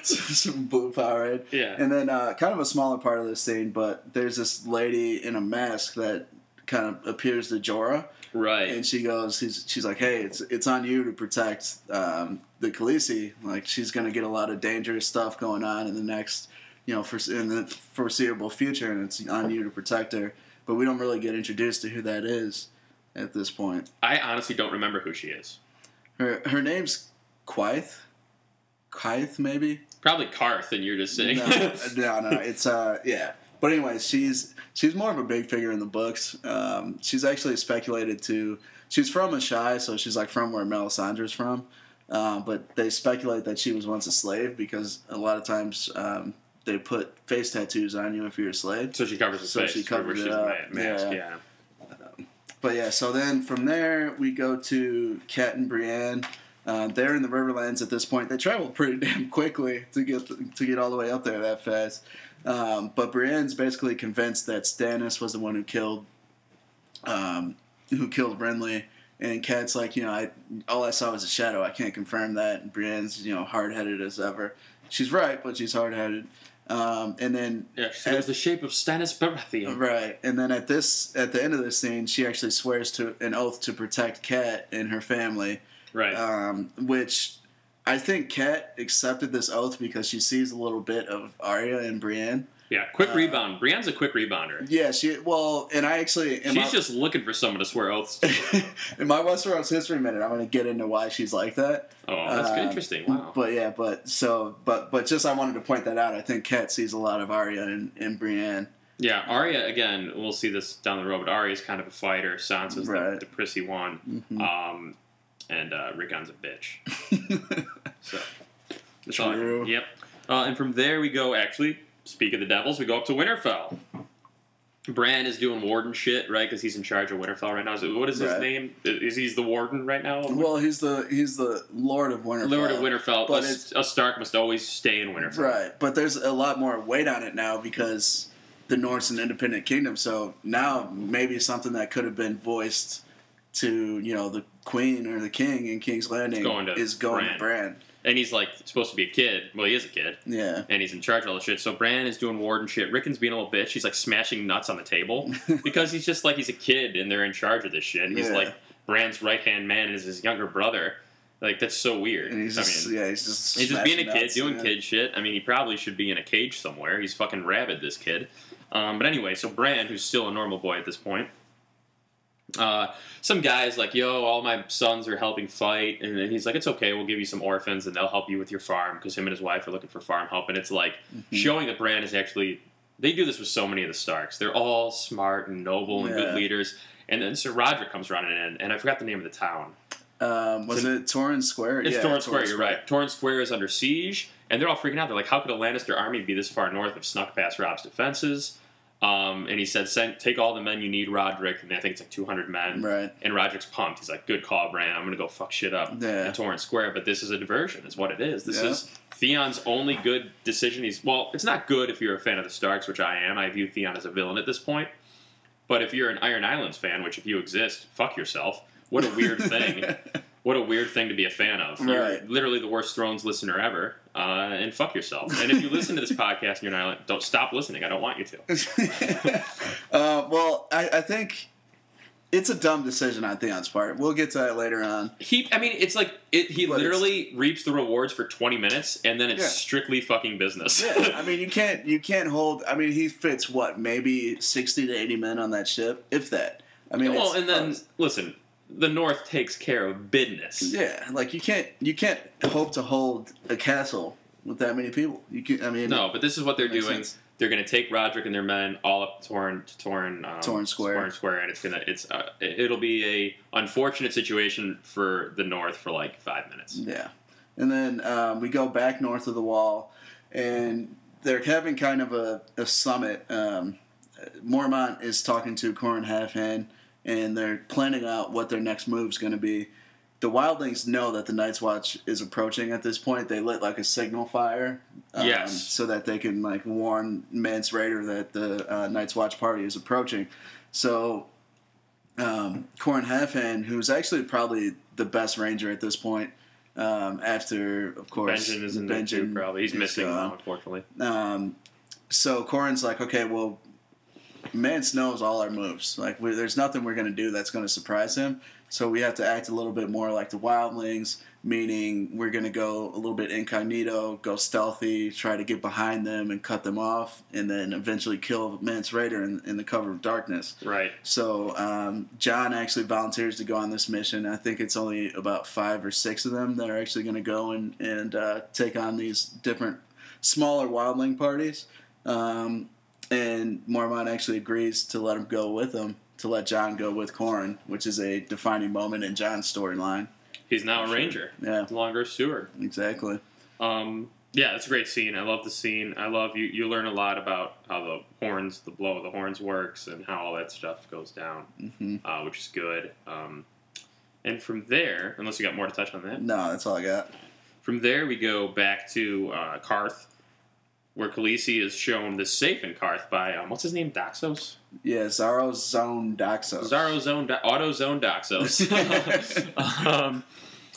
Some blue Powerade. yeah. And then uh, kind of a smaller part of this scene, but there's this lady in a mask that kind of appears to Jorah, Right. and she goes, she's, she's like, "Hey, it's it's on you to protect um, the Khaleesi. Like she's gonna get a lot of dangerous stuff going on in the next, you know, for in the foreseeable future, and it's on you to protect her." but we don't really get introduced to who that is at this point. I honestly don't remember who she is. Her her name's Quaithe, Quaithe maybe. Probably Karth, and you're just saying. No, no, no. It's uh, yeah. But anyway, she's she's more of a big figure in the books. Um, she's actually speculated to. She's from Ashai, so she's like from where Melisandre's from. Uh, but they speculate that she was once a slave because a lot of times um, they put face tattoos on you if you're a slave. so she covers his So face. she covers wherever it she's up, ma- masked, yeah. yeah. But yeah, so then from there we go to Cat and Brienne. Uh, they're in the Riverlands at this point. They travel pretty damn quickly to get to get all the way up there that fast. Um, but Brienne's basically convinced that Stannis was the one who killed, um, who killed Renly. And Cat's like, you know, I all I saw was a shadow. I can't confirm that. And Brienne's, you know, hard headed as ever. She's right, but she's hard headed. Um, and then Yeah, she said it was the shape of Stannis Baratheon. Right, and then at this, at the end of this scene, she actually swears to an oath to protect Kat and her family, Right. um, which I think Kat accepted this oath because she sees a little bit of Arya and Brienne. yeah, quick uh, rebound. Brienne's a quick rebounder. Yeah, she well, and I actually in She's my, just looking for someone to swear oaths to. in my Westeros history minute, I'm going to get into why she's like that. Oh, that's Uh, good. interesting. Wow. But yeah, but so, but but just I wanted to point that out. I think Kat sees a lot of Arya and, and Brienne. yeah, Arya, again, we'll see this down the road, but Arya's kind of a fighter. Sansa's Right. the, the prissy one. Mhm. Um, and uh, Rickon's a bitch. So that's all I- True. Yep. Uh, and from there we go. Actually, speak of the devils, we go up to Winterfell. Bran is doing warden shit, right? Because he's in charge of Winterfell right now. Is it- what is his Right. name? Is he's the warden right now? well, he's the he's the Lord of Winterfell. Lord of Winterfell. but A, s- a Stark must always stay in Winterfell. Right, but there's a lot more weight on it now because the North's an independent kingdom. So now maybe something that could have been voiced to you know the queen or the king in King's Landing going to is going to Bran. And he's like supposed to be a kid. Well, he is a kid, Yeah, and he's in charge of all this shit. So Bran is doing warden shit. Rickon's being a little bitch. He's like smashing nuts on the table because he's just like he's a kid, and they're in charge of this shit. He's Yeah. like Bran's right hand man is his younger brother. Like that's so weird. and he's I just mean, yeah he's just He's just being a smashing kid, nuts, doing yeah. kid shit. I mean, he probably should be in a cage somewhere. He's fucking rabid, this kid. Um, but anyway, so Bran, who's still a normal boy at this point, uh, some guy's like, yo, all my sons are helping fight. And then he's like, it's okay, we'll give you some orphans and they'll help you with your farm because him and his wife are looking for farm help. And it's like Mm-hmm. showing that Bran is actually. They do this with so many of the Starks. They're all smart and noble and Yeah. good leaders. And then Sir Roderick comes running in, and I forgot the name of the town. Um, was it Torrens Square? It's yeah, Torrent Square, you're right. Torrent Square is under siege, and they're all freaking out. They're like, how could a Lannister army be this far north of snuck past Rob's defenses? Um, and he said, Send, take all the men you need, Roderick. And I think it's like 200 men. Right. And Roderick's pumped. He's like, good call, Bran. I'm going to go fuck shit up Yeah. in Torrent Square. But this is a diversion, is what it is. This Yeah. is Theon's only good decision. He's, well, it's not good if you're a fan of the Starks, which I am. I view Theon as a villain at this point. But if you're an Iron Islands fan, which if you exist, fuck yourself. What a weird thing. What a weird thing to be a fan of. You're Right. literally the worst Thrones listener ever. Uh, and fuck yourself. And if you listen to this podcast and you're an island, don't stop listening. I don't want you to. uh, well, I, I think it's a dumb decision on Theon's part. We'll get to that later on. He, I mean, it's like it, he But it's- literally reaps the rewards for 20 minutes, and then it's Yeah. strictly fucking business. Yeah, I mean you can't you can't hold. I mean he fits what maybe sixty to eighty men on that ship, if that. I mean, well, it's- and then listen, the North takes care of business. yeah, like you can't you can't hope to hold a castle with that many people. You can. I mean, No, but this is what they're Makes doing. sense. They're going to take Roderick and their men all up Torn to Torn um, Torrent Square. Torrent Square, and it's gonna it's uh, it- it'll be a unfortunate situation for the North for like five minutes. Yeah, and then um, we go back north of the wall, and they're having kind of a, a summit. Um, Mormont is talking to Corin Halfhand, and they're planning out what their next move's going to be. The Wildlings know that the Night's Watch is approaching at this point. They lit like a signal fire, um, Yes. so that they can like warn Mance Raider that the uh, Night's Watch party is approaching. So um, Corin Halfhand, who's actually probably the best ranger at this point, um, after of course Benjen is in there too, Benjen probably. He's is uh, Um, missing gone. now, unfortunately. Um, so Corin's like, okay, well, Mance knows all our moves. Like, we, there's nothing we're gonna do that's gonna surprise him. So we have to act a little bit more like the wildlings, meaning we're gonna go a little bit incognito, go stealthy, try to get behind them and cut them off, and then eventually kill Mance Raider in, in the cover of darkness. Right. So um, John actually volunteers to go on this mission. I think it's only about five or six of them that are actually going to go and and uh, take on these different smaller wildling parties. Um, and Mormont actually agrees to let him go with him to let John go with Corin, which is a defining moment in John's storyline. He's now a ranger. Yeah, Longer steward. exactly. Um, yeah, it's a great scene. I love the scene. I love you. You learn a lot about how the horns, the blow of the horns works, and how all that stuff goes down, hmm uh, which is good. Um, and from there, unless you got more to touch on that, No, that's all I got. from there we go back to uh, Karth, where Khaleesi is shown the safe in Karth by um, what's his name, Daxos, Yeah, Zaro's zone Doxos. Zaro Zone, Do- Auto Zone Doxos. um,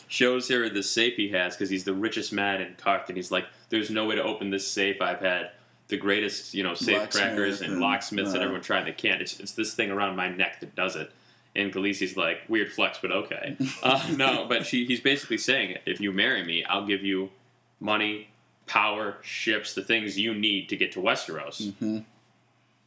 shows her the safe he has because he's the richest man in Karth, and he's like, "There's no way to open this safe. I've had the greatest, you know, safe Locksmith crackers and, and- locksmiths that uh, everyone tried. They can't. It's, it's this thing around my neck that does it." And Khaleesi's like, "Weird flex, but okay." Uh, no, but she, he's basically saying, "If you marry me, I'll give you money, power, ships, the things you need to get to Westeros." Mhm.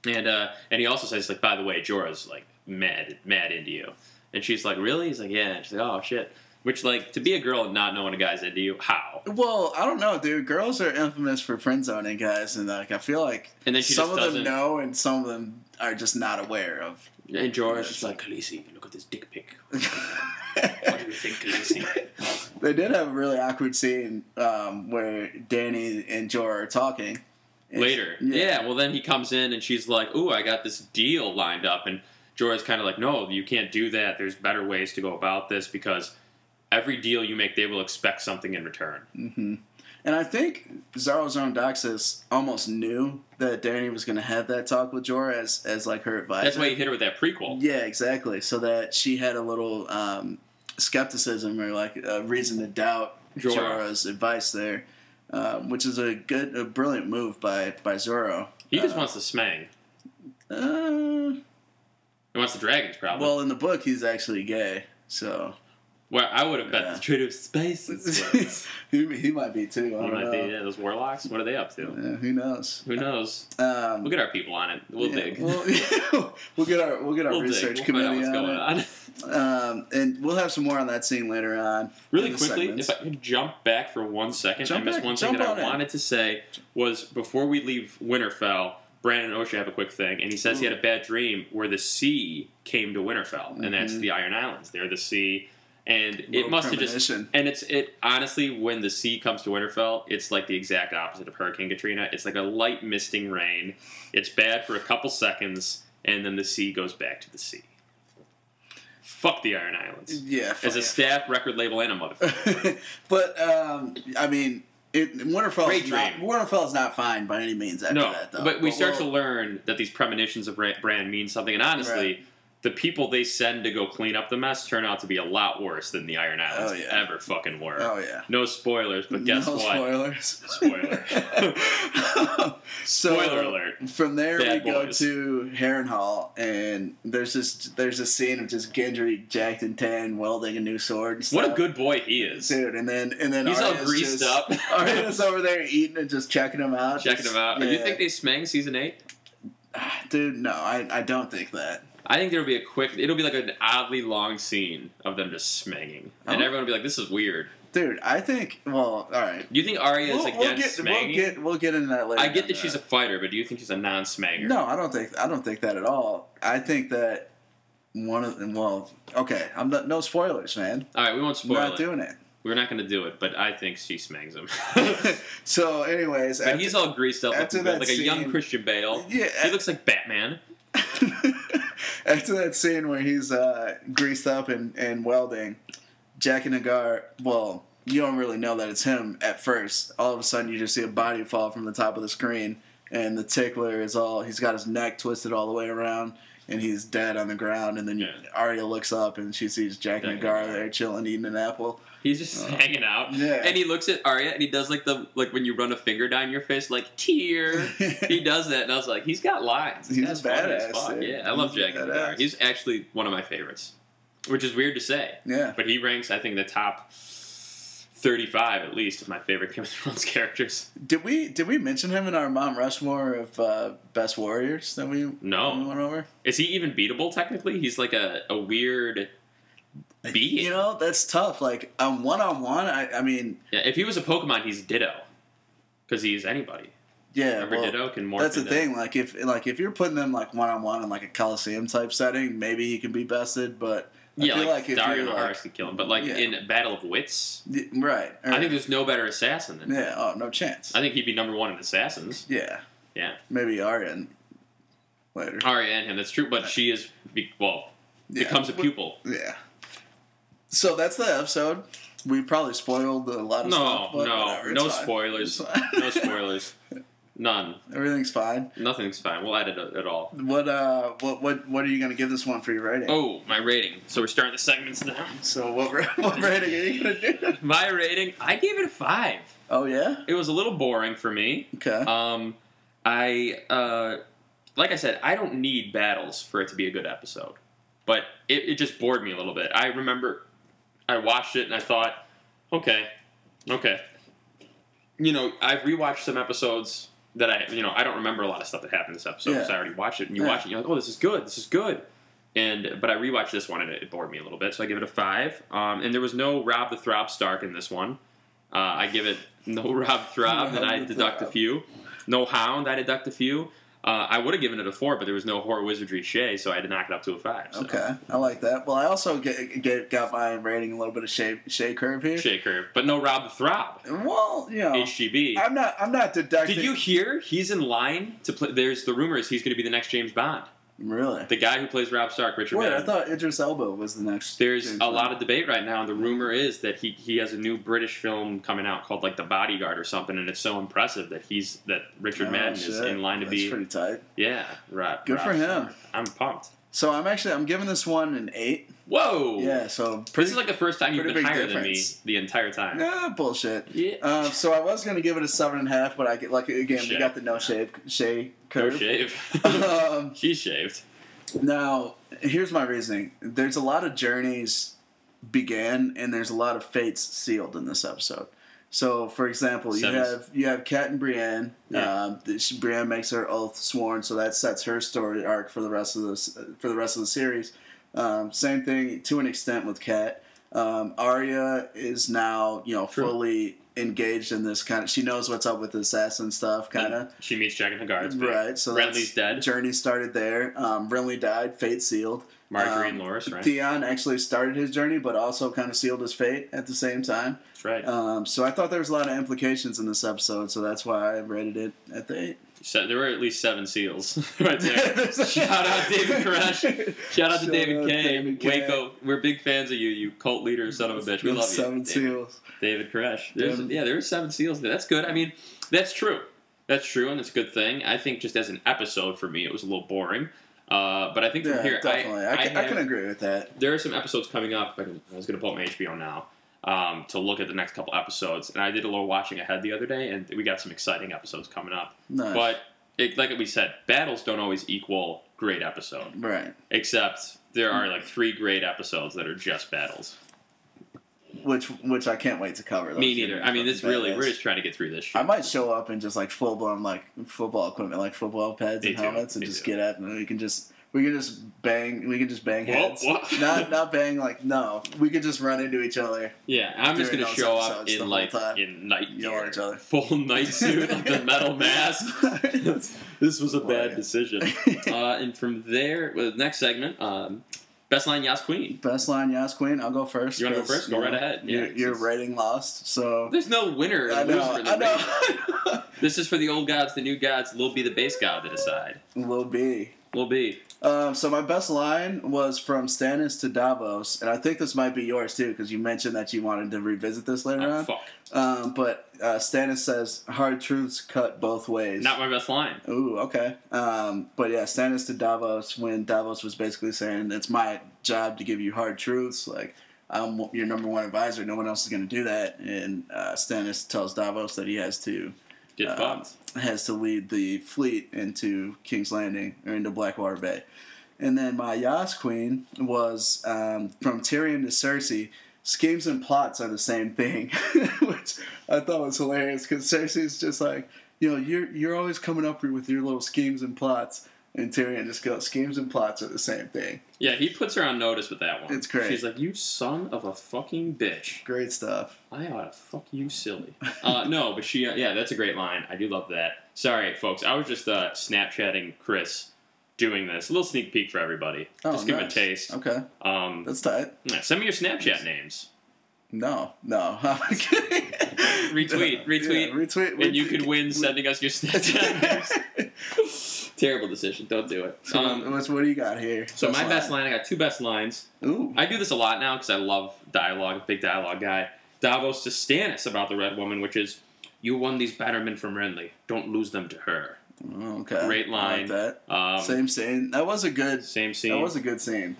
And uh, and he also says like, by the way, Jorah's like mad, mad into you, and she's like, really? He's like, yeah. And she's like, oh shit. Which like to be a girl and not know when a guy's into you, how? Well, I don't know, dude. Girls are infamous for friend zoning guys, and like I feel like And then she some of just them doesn't. know, and some of them are just not aware of. And Jorah's just like, Khaleesi, look at this dick pic. What do you think, Khaleesi? they did have a really awkward scene um, where Danny and Jorah are talking And- Later, yeah. Well, then he comes in and she's like, ooh, I got this deal lined up, and Jorah's kind of like, no, you can't do that. There's better ways to go about this because every deal you make, they will expect something in return. Mhm. And I think Zaro's own Doxis almost knew that Danny was going to have that talk with Jorah as, as like her advisor. That's why he hit her with that prequel. Yeah, exactly. So that she had a little um, skepticism or like a reason to doubt Jorah. Jorah's advice there, uh, which is a good, a brilliant move by by Zoro. He just Uh, wants the smang. Uh, He wants the dragons, probably. well, in the book, he's actually gay, so Well, I would have bet Yeah. the trade of spices. was. he, he might be too. What I don't might know. be, yeah, those warlocks. What are they up to? Yeah, who knows? Who knows? Um, We'll get our people on it. We'll yeah, dig. We'll, we'll get our we'll get our We'll dig. research We'll find out committee what's on going it. on. Um, and we'll have some more on that scene later on. really in the quickly, segments. if I could jump back for one second, Jump I missed back, one thing jump that on I it. wanted to say was before we leave Winterfell, Brandon and Osha have a quick thing, and he says he had a bad dream where the sea came to Winterfell, and that's Mhm. the Iron Islands. They're the sea, and it Little must have just premonition. And it's it honestly when the sea comes to Winterfell, it's like the exact opposite of Hurricane Katrina. It's like a light misting rain. It's bad for a couple seconds, and then the sea goes back to the sea. Fuck the Iron Islands. yeah As a staff record label and a motherfucker. but um, I mean, it Winterfell. Great is not, dream. Winterfell's not fine by any means after No, that, though. but we start to we'll- learn that these premonitions of Bran- Bran mean something, and honestly, the people they send to go clean up the mess turn out to be a lot worse than the Iron Islands Oh, yeah. ever fucking were. Oh yeah. No spoilers, but guess no what? spoilers. Spoiler. so, Spoiler alert. From there, Bad we boys. go to Harrenhal, and there's this there's a scene of just Gendry jacked and tan, welding a new sword. And What a stuff. good boy he is. dude! And then and then He's all Arya's greased just, up. Arya's over there eating and just checking him out. checking them out. Do you think they smang season eight? they? Dude, no, I, I don't think that. I think there'll be a quick. It'll be like an oddly long scene of them just smanging, Oh. and everyone will be like, "This is weird." Dude, I think. Well, all right. Do you think Arya is We'll, we'll get, against we'll smanging? get we'll get into that later. I get on that she's a that. fighter, but do you think she's a non-smanger? No, I don't think I don't think that at all. I think that one of them. Well, okay, I'm not. No spoilers, man. All right, we won't I'm spoil not it. doing it. We're not going to do it, but I think she smangs him. so, anyways, and he's all greased up, after looking good, that like a young scene- Christian Bale. Yeah, He a- looks like Batman. after that scene where he's uh, greased up and, and welding, Jack and Nagar, well, you don't really know that it's him at first. All of a sudden, you just see a body fall from the top of the screen, and the tickler is all, he's got his neck twisted all the way around. and he's dead on the ground. And then Yeah. Arya looks up and she sees Jack Jack Nagar Nagar. there chilling, eating an apple. He's just Oh. hanging out. Yeah. And he looks at Arya and he does like the like when you run a finger down your face, like tear. he does that, and I was like, he's got lines. He's That's a funny as badass, fuck. dude. Yeah, I love He's a Jack Nagar. badass. He's actually one of my favorites, which is weird to say, yeah. but he ranks I think the top thirty-five at least of my favorite Game of Thrones characters. Did we did we mention him in our Mount Rushmore of uh, best warriors that we we No, went over? is he even beatable technically? He's like a, a weird being. You know that's tough. Like on one on one, I I mean yeah, if he was a Pokemon, he's Ditto, because he's anybody. yeah. Remember, well, Ditto can morph. That's the into- thing. Like if like if you're putting them like one on one in like a coliseum type setting, maybe he can be bested. But I Yeah, feel like, like, if Dario you're like, Naharis could kill him, but like Yeah. in Battle of Wits, y- right, or- I think there's no better assassin than. yeah. Oh, no chance. I think he'd be number one in assassins. yeah, Yeah, maybe Arya later Arya and him. That's true, but she is be- well yeah. becomes a pupil. Yeah. So that's the episode. We probably spoiled a lot of No, stuff. but no, whatever, no it's fine. spoilers. It's fine. No spoilers. None. Everything's fine. Nothing's fine. We'll edit it all. What uh, what what what are you gonna give this one for your rating? Oh, my rating. So we're starting the segments now. So what ra- what rating are you gonna do? My rating. I gave it a five. Oh yeah. It was a little boring for me. Okay. Um, I uh, like I said, I don't need battles for it to be a good episode, but it, it just bored me a little bit. I remember I watched it and I thought, okay, okay. You know, I've rewatched some episodes that I, you know, I don't remember a lot of stuff that happened in this episode because Yeah. I already watched it. And you Yeah. watch it, and you're like, oh, this is good, this is good. And but I rewatched this one and it, it bored me a little bit, so I give it a five. Um, and there was no Rob the Throb Stark in this one. Uh, I give it no Rob Throb, and I Rob the deduct a Throb. few. No Hound, I deduct a few. Uh, I would have given it a four, but there was no horror wizardry Shay, so I had to knock it up to a five. So. Okay, I like that. Well, I also get, get got my rating a little bit of shade, shade curve here. Shay curve, but no Rob the Throb. Well, you know, HGB. I'm not I'm not deducting. Did you hear? He's in line to play. There's the rumors he's going to be the next James Bond. really? The guy who plays Rob Stark, Richard. Wait, I Madden. thought Idris Elba was the next. There's James a Bond. lot of debate right now, and the rumor is that he, he has a new British film coming out called like The Bodyguard or something, and it's so impressive that he's that Richard Oh, Madden is shit. in line to That's be pretty tight. yeah right. Good for him. I'm pumped. So I'm actually I'm giving this one an eight. Whoa. Yeah, so this is like the first time you've pretty been big higher difference. than me the entire time. ah, bullshit. Yeah. Uh, so I was gonna give it a seven and a half, but I get like again we Shit. got the no shave shave no curve. shave. Um, She's shaved. now here's my reasoning. There's a lot of journeys began and there's a lot of fates sealed in this episode. So for example, you Sevens. have you have Kat and Brienne. Yeah. Um, th- she- Brienne makes her oath sworn, so that sets her story arc for the rest of this for the rest of the series. Um, same thing to an extent with Kat. Um, Arya is now you know True. fully engaged in this kind of. She knows what's up with the assassin stuff, kind of. Then She meets Jack and the guards. Right. So Renly's dead. Journey started there. Um, Renly died. Fate sealed. Marjorie um, and Loris, right? Theon actually started his journey, but also kind of sealed his fate at the same time. That's right. Um, so I thought there was a lot of implications in this episode, so that's why I rated it at the eight. So there were at least seven seals right there. Shout out David Koresh. Shout out to Shout David out K. David K. Waco. We're big fans of you, you cult leader, son of a Oh, bitch. We love Seven you. David- seals. David Koresh. There's, David- yeah, there were seven seals there. That's good. I mean, that's true. That's true, and it's a good thing. I think just as an episode for me, it was a little boring. Uh, but I think from Yeah, here, definitely. I, I, can, I, have- can agree with that. there are some episodes coming up. I can- I was going to pull up my HBO now um, to look at the next couple episodes, and I did a little watching ahead the other day, and we got some exciting episodes coming up. Nice. But it, like we said, battles don't always equal great episode, right. except there are like three great episodes that are just battles. Which which I can't wait to cover. Me Those neither. are I mean, it's fucking really badass. we're just trying to get through this. I Shit. might show up in just like full blown like football equipment, like football pads Me and too. helmets, and Me just too. get up and we can just we can just bang we can just bang Whoa, heads. what? Not not bang like no. We could just run into each other. Yeah, I'm just During gonna those show up episodes the in whole like time. in night Yell at gear, each other. full night suit, like the metal mask. this was a bad Boy. decision. Uh, and from there, well, the next segment, um, best line, Yas Queen. Best line, Yas Queen. I'll go first. You wanna go 'cause, first? Go you right know, ahead. Yeah, You're, you're since- rating lost, so There's no winner. and I loser know. in the I ring. know. This is for the old gods, the new gods. Lil be the base god to decide. Lil B. Will be. Um, so my best line was from Stannis to Davos, and I think this might be yours too because you mentioned that you wanted to revisit this later Oh, on. fuck. Um, but uh, Stannis says, "Hard truths cut both ways." Not my best line. Ooh, okay. Um, but yeah, Stannis to Davos when Davos was basically saying, "It's my job to give you hard truths. Like I'm your number one advisor. No one else is going to do that." And uh, Stannis tells Davos that he has to Get um, fucked. has to lead the fleet into King's Landing or into Blackwater Bay. And then my Yas Queen was um, from Tyrion to Cersei. Schemes and plots are the same thing, which I thought was hilarious because Cersei's just like, you know, you're you're always coming up with your little schemes and plots, and Tyrion just goes, schemes and plots are the same thing. Yeah, he puts her on notice with that one. It's great. She's like, "You son of a fucking bitch! Great stuff. I ought to fuck you, silly." Uh, no, but she, yeah, that's a great line. I do love that. Sorry, folks, I was just uh, Snapchatting Chris doing this. A little sneak peek for everybody. Oh, just give nice. Oh. a taste. Okay, Um, that's tight. yeah, send me your Snapchat names, No, no, I'm kidding. Retweet, retweet. Yeah, retweet, and you retweet. could win sending us your Snapchat names. Terrible decision. Don't do it. So Um, what's, what do you got here? so my best line, I got two best lines. Ooh. I do this a lot now because I love dialogue, big dialogue guy. Davos to Stannis about the Red Woman, which is, "You won these battermen from Renly. Don't lose them to her." Oh, okay. Great I line. Like that. Um, same scene. That was a good. same scene. That was a good scene.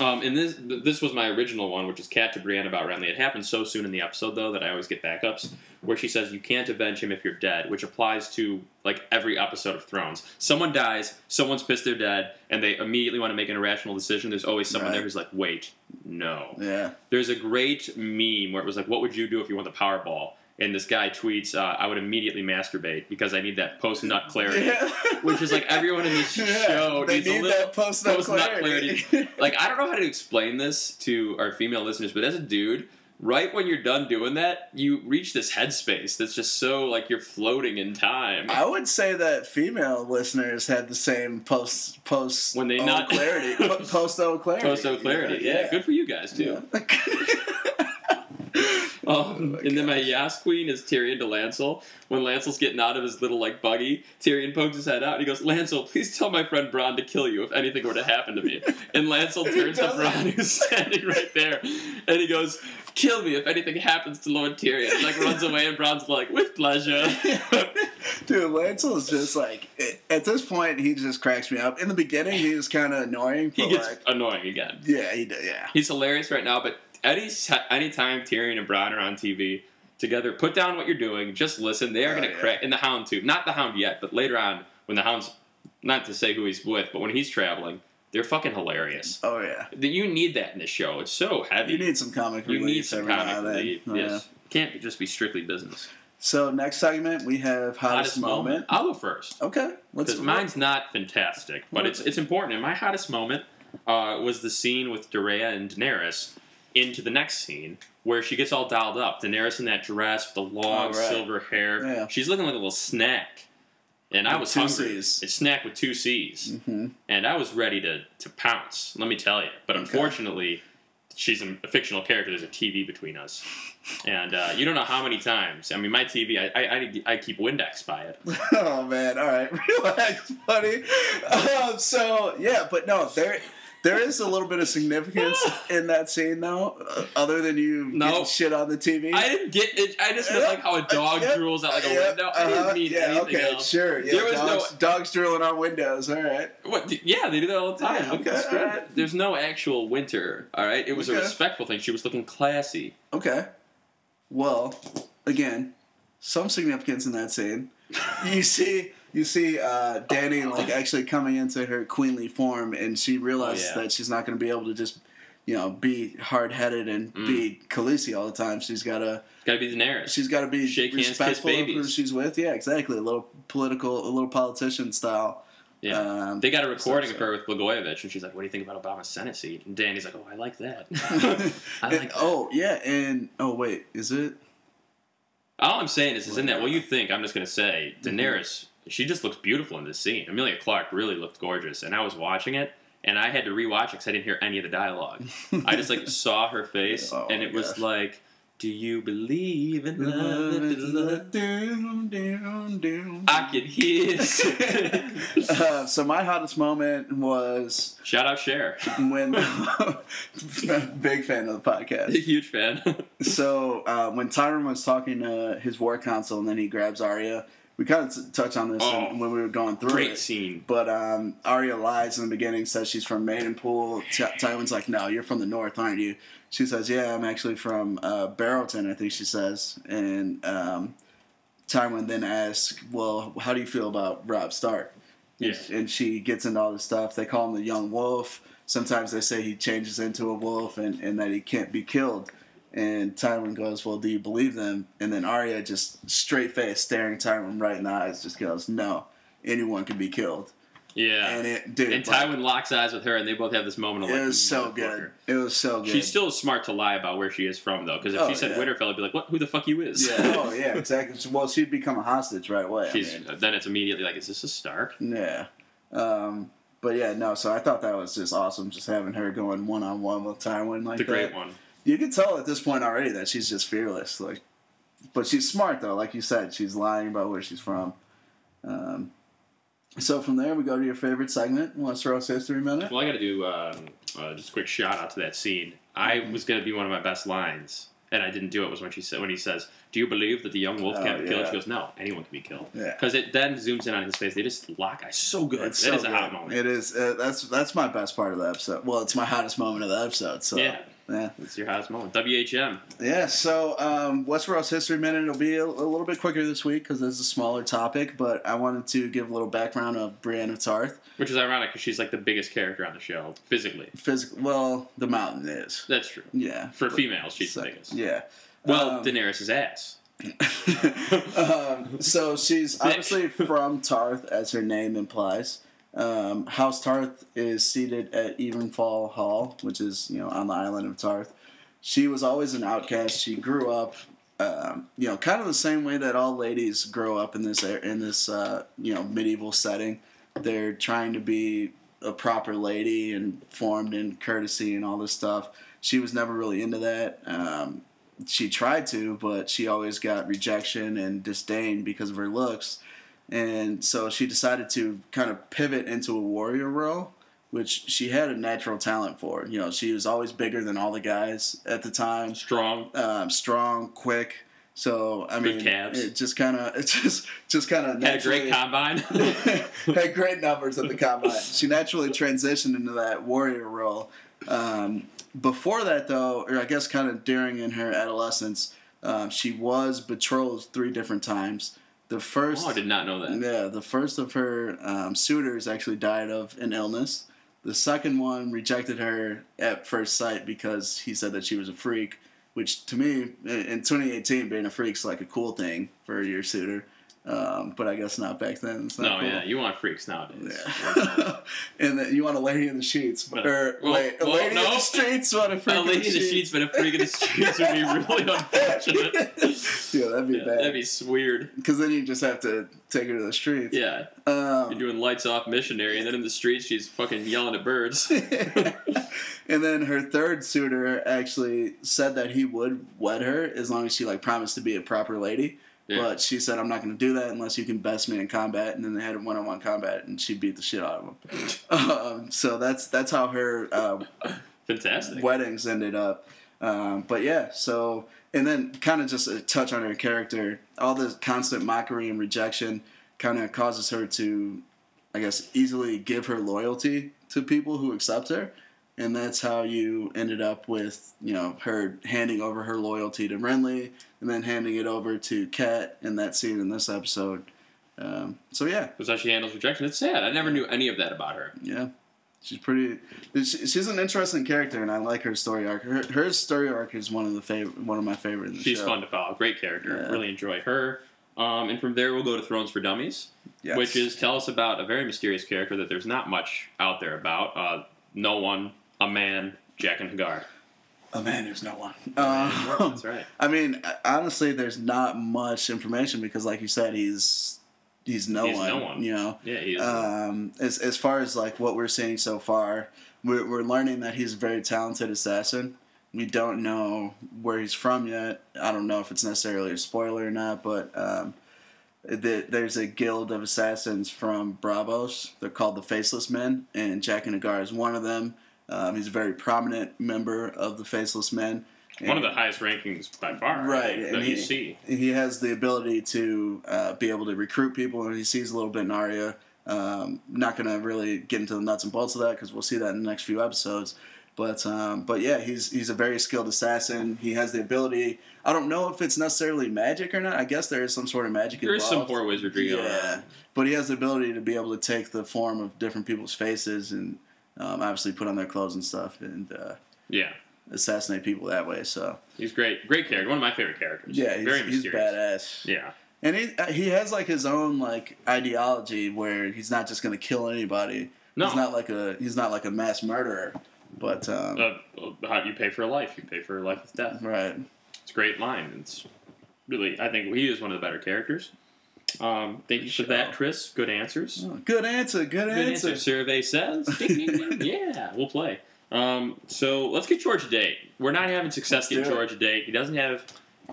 Um, and this this was my original one, which is Cat to Brienne about Renly. It happened so soon in the episode though that I always get backups where she says you can't avenge him if you're dead, which applies to like every episode of Thrones. Someone dies, someone's pissed they're dead, and they immediately want to make an irrational decision. There's always someone Right. there who's like, wait, no. Yeah. There's a great meme where it was like, what would you do if you won the Powerball? And this guy tweets, uh, I would immediately masturbate because I need that post nut clarity. yeah. Which is like everyone in this Yeah, show They needs a need little that post nut post-nut clarity. like I don't know how to explain this to our female listeners, but as a dude, right when you're done doing that, you reach this headspace that's just so like you're floating in time. I would say that female listeners had the same post post When they O not- clarity post o clarity Post so clarity, yeah, Good for you guys too. Um, Oh my and then my Yas Queen is Tyrion to Lancel. When Lancel's getting out of his little like buggy, Tyrion pokes his head out and he goes, "Lancel, please tell my friend Bronn to kill you if anything were to happen to me." And Lancel He turns to does it. Bronn, who's standing right there, and he goes, "Kill me if anything happens to Lord Tyrion." And, like runs away, and Bronn's like, "With pleasure." Dude, Lancel's just like at this point he just cracks me up. In the beginning he was kind of annoying. he but, gets like, annoying again. yeah, he did. Yeah, He's hilarious right now, but any anytime Tyrion and Bronn are on TV together, put down what you're doing, just listen. They are Oh, going to yeah. crack. And the Hound too, not the Hound yet, but later on when the Hound's not to say who he's with, but when he's traveling, they're fucking hilarious. oh yeah. That You need that in the show. It's so heavy. You need some comic You relief need some every now comic and then. relief. eh? Yeah. Yes, can't just be strictly business. So next segment we have hottest, moment. I'll go first. Okay, what's Because mine's not fantastic, but it's it's important. And my hottest moment uh, was the scene with Dorea and Daenerys into the next scene where she gets all dialed up. Daenerys in that dress with the long Oh, right. silver hair. Yeah. She's looking like a little snack. And I With was two hungry. Cs. A snack with two C's. Mhm. And I was ready to, to pounce, let me tell you. But Okay. unfortunately, she's a fictional character. There's a TV between us. And uh, you don't know how many times. I mean, my TV, I, I, I, I keep Windex by it. Oh man! All right, relax, buddy. Um, so yeah, but no, there there is a little bit of significance in that scene though, uh, other than you No. getting shit on the TV. I didn't get it. I just meant like how a dog Yep. drools out like a Yep, window. I uh-huh, didn't mean yeah, anything okay, else. sure. Yeah, There was no- dogs, dogs drooling on windows. All right. What? d- Yeah, they do that all the time. Yeah, Look at okay, the script. alright. There's no actual winter. All right, it was a Okay. respectful thing. She was looking classy. Okay. Well, again, some significance in that scene. You see, you see, uh, Danny like actually coming into her queenly form, and she realizes yeah. that she's not going to be able to just, you know, be hard headed and Mm. be Khaleesi all the time. She's got to, Got to be Daenerys. she's got to be Shake hands, kiss respectful of who babies. she's with. Yeah, exactly. A little political, a little politician style. yeah. Um, they got a recording so- of her with Blagojevich, and she's like, "What do you think about Obama's Senate seat?" And Danny's like, "Oh, I like that. I and- like." That. oh yeah, and oh wait, is it? All I'm saying is, is in that. Well, you think I'm just gonna say Mm-hmm. Daenerys? She just looks beautiful in this scene. Amelia Clark really looked gorgeous, and I was watching it, and I had to rewatch it because I didn't hear any of the dialogue. I just like saw her face, Oh, and it was gosh. like, "Do you believe Uh, in love?" Down, down, down. I can hear. Uh, so my hottest moment was Shout out Cher. when big fan of the podcast. Huge fan. So uh, when Tyron was talking to his war council, and then he grabs Arya. We kind of touched on this Oh, when we were going through Great it. scene. But um, Arya lies in the beginning, says she's from Maidenpool. T- Tywin's like, "No, you're from the north, aren't you?" She says, "Yeah, I'm actually from uh, Barrowton, I think she says." And um, Tywin then asks, "Well, how do you feel about Rob Stark?" Yeah. And she gets into all this stuff. They call him the Young Wolf. Sometimes they say he changes into a wolf and, and that he can't be killed. And Tywin goes, Well, do you believe them? And then Arya, just straight face, staring Tywin right in the eyes, just goes, No, anyone can be killed. Yeah. And it, dude, And like, Tywin locks eyes with her, and they both have this moment of like, it was so "Motherfucker." good. It was so good. She's still smart to lie about where she is from, though, because if Oh, she said yeah. Winterfell, I'd be like, "What? Who the fuck you is?" yeah. Oh yeah, exactly. Well, she'd become a hostage right away. I She's mean. then it's immediately like, "Is this a Stark?" Yeah. Um, but yeah, no. So I thought that was just awesome, just having her going one on one with Tywin like the that. great one. You can tell at this point already that she's just fearless. Like, but she's smart though. Like you said, she's lying about where she's from. Um, so from there, we go to your favorite segment, Westeros History Minute. Well, I got to do um, uh, just a quick shout out to that scene. I Mm-hmm. was going to be one of my best lines, and I didn't do it. Was when she said when he says, "Do you believe that the young wolf Oh, can't be killed?" yeah. She goes, "No, anyone can be killed." Yeah. Because it then zooms in on his face. They just lock eyes. So good. That It's is so a good. hot moment. It is. Uh, that's that's my best part of the episode. Well, it's my hottest moment of the episode. So Yeah. yeah. It's your hottest moment. WHM. Yeah, so um, Westeros History Minute will be a, a little bit quicker this week because it's a smaller topic, but I wanted to give a little background of Brienne of Tarth. Which is ironic because she's like the biggest character on the show physically. Physical, well, the mountain is. That's true. Yeah. For females, she's So, the biggest. Yeah. Well, Um, Daenerys' ass. um, so she's obviously from Tarth, as her name implies. Um, House Tarth is seated at Evenfall Hall, which is you know on the island of Tarth. She was always an outcast. She grew up, um, you know, kind of the same way that all ladies grow up in this er- in this uh, you know medieval setting. They're trying to be a proper lady and formed in courtesy and all this stuff. She was never really into that. Um, she tried to, but she always got rejection and disdain because of her looks. And so she decided to kind of pivot into a warrior role, which she had a natural talent for. You know, she was always bigger than all the guys at the time, Strong. um, strong, quick. So I Good mean, calves. it just kind of, it just, just kind of Had a great combine. Oh, had great numbers at the combine. She naturally transitioned into that warrior role. Um, before that, though, or I guess kind of during in her adolescence, um, she was betrothed three different times. The first, oh, I did not know that. yeah, the first of her um, suitors actually died of an illness. The second one rejected her at first sight because he said that she was a freak, which to me, in in 2018, being a freak's like a cool thing for your suitor. Um, but I guess not back then. It's No, not cool. yeah, you want freaks nowadays. Yeah. and that you want a lady in the sheets, But- or well, wait, a well, lady in no. the streets, want a freak A lady in the sheets, but a freak in the streets would be really unfortunate. yeah, that'd be Yeah, bad. that'd be s- weird. Because then you just have to take her to the streets. Yeah, you're Um, doing lights off missionary, and then in the streets she's fucking yelling at birds. and then her third suitor actually said that he would wed her as long as she like promised to be a proper lady. Yeah. But she said, "I'm not going to do that unless you can best me in combat." And then they had a one-on-one combat, and she beat the shit out of him. um, so that's that's how her uh, Fantastic. weddings ended up. Um, but yeah, so and then kind of just a touch on her character. All the constant mockery and rejection kind of causes her to, I guess, easily give her loyalty to people who accept her, and that's how you ended up with you know her handing over her loyalty to Renly, and then handing it over to Kat in that scene in this episode. Um, so yeah, That's how she handles rejection. It's sad. I never knew any of that about her. yeah, she's pretty. she- She's an interesting character, and I like her story arc. Her, her story arc is one of the favorite, one of my favorite. In the She's show. fun to follow. Great character. Yeah. Really enjoy her. Um, and from there we'll go to Thrones for Dummies, Yes. which is tell us about a very mysterious character that there's not much out there about. Uh, no one, a man, Jack and Hagar. a Oh, man who's no one. That's right. Um, I mean, honestly, there's not much information because, like you said, he's he's no He's one. no one. You know. Yeah, he is. uh, Um, as as far as like what we're seeing so far, we're, we're learning that he's a very talented assassin. We don't know where he's from yet. I don't know if it's necessarily a spoiler or not, but um, that there's a guild of assassins from Bravos. They're called the Faceless Men, and Jack Nagar is one of them. Um, he's a very prominent member of the Faceless Men. One of And- the highest rankings by far, Right, That and he- you see. he has the ability to uh, be able to recruit people, and he sees a little bit in Arya. Um, not going to really get into the nuts and bolts of that because we'll see that in the next few episodes. But um, but yeah, he's he's a very skilled assassin. He has the ability. I don't know if it's necessarily magic or not. I guess there is some sort of magic There's some involved. poor wizardry. going on. yeah, but he has the ability to be able to take the form of different people's faces and um, obviously put on their clothes and stuff and uh, Yeah, assassinate people that way. So he's great. Great character. One of my favorite characters. yeah, he's, very he's mysterious. badass. Yeah, And he uh, he has like his own like ideology where he's not just gonna kill anybody. No. he's not like a he's not like a mass murderer. But um, uh, how you pay for a life, you pay for a life with death. right, It's a great line. It's really, I think he is one of the better characters. Um, thank you for that, Chris. Good answers. Oh, good answer, Good good, answer. Survey says. Ding, ding, ding. yeah, we'll play. Um, so let's get George a date. We're not having success Let's getting do it. George a date. He doesn't have.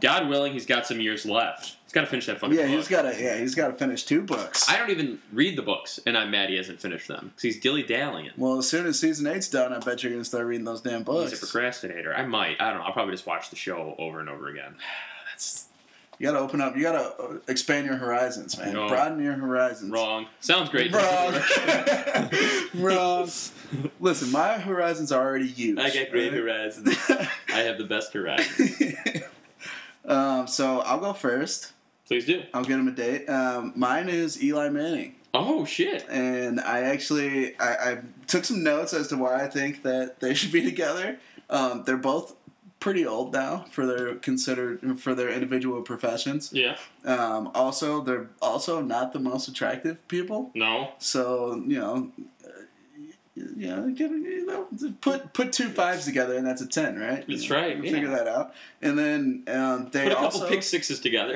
God willing, he's got some years left. He's got to finish that fucking Yeah, book. he's got to yeah he's got to finish two books. I don't even read the books, and I'm mad he hasn't finished them because he's dilly dallying. well, as soon as season eight's done, I bet you're gonna start reading those damn He's books. a procrastinator. I might. I don't know. I'll probably just watch the show over and over again. That's- you gotta open up. You gotta uh, expand your horizons, man. No. Broaden your horizons. Wrong. Sounds great. Wrong. Wrong. Listen, my horizons are already used. I got great right? horizons. I have the best horizons. um, so I'll go first. Please do. I'll get him a date. Um, mine is Eli Manning, Oh shit. and I actually I, I took some notes as to why I think that they should be together. Um, they're both pretty old now for their considered for their individual professions. Yeah. Um, also, they're also not the most attractive people. No. So you know, uh, you know, give, you know put put two fives together and that's a ten, right? That's right, yeah. Figure that out, and then um, they Put a couple also pick sixes together.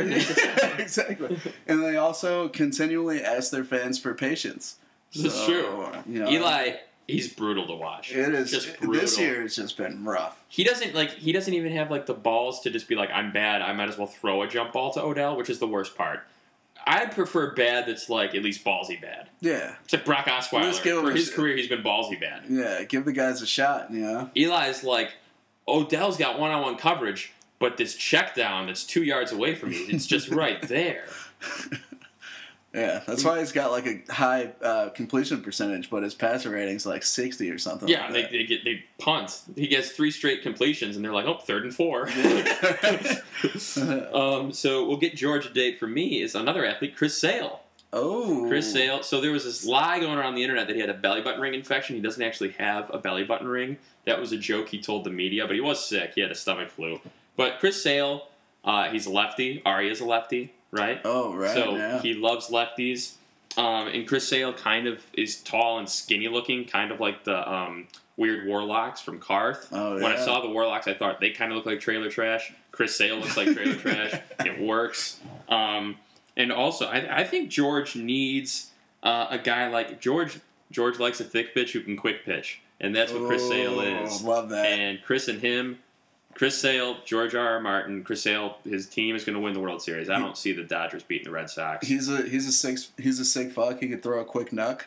exactly, and they also continually ask their fans for patience. That's So, true. you know, Eli, he's brutal to watch. It is just brutal. this year has just been rough. He doesn't like. He doesn't even have like the balls to just be like, "I'm bad. I might as well throw a jump ball to Odell," which is the worst part. I prefer bad that's like at least ballsy bad. Yeah, It's like Brock Osweiler. Let's give him For a his s- career, he's been ballsy bad. yeah. Give the guys a shot. You know, Eli's like, Odell's got one on one coverage, but this check down that's two yards away from me, it's just right there. yeah. That's why he's got like a high uh, completion percentage, but his passer rating's like sixty or something. Yeah, they, like they get they punt. He gets three straight completions, and they're like, oh, third and four. that. um, so we'll get George a date for me is another athlete, Chris Sale. oh, Chris Sale. So there was this lie going around the internet that he had a belly button ring infection. He doesn't actually have a belly button ring. That was a joke he told the media, but he was sick. He had a stomach flu. But Chris Sale, uh, he's a lefty. Arya's a lefty, right? Oh right. so yeah. he loves lefties. Um, and Chris Sale kind of is tall and skinny looking, kind of like the um, weird warlocks from Karth. Oh, When I yeah. saw the warlocks, I thought they kind of look like trailer trash. Chris Sale looks like trailer trash. It works. Um, and also, I, I think George needs uh, a guy like George. George likes a thick bitch who can quick pitch, and that's what Chris Sale Oh, is. Love that. And Chris and him, Chris Sale, George R. R. Martin, Chris Sale, his team is going to win the World Series. I don't see the Dodgers beating the Red Sox. He's a he's a six he's a sick fuck. He could throw a quick knuck.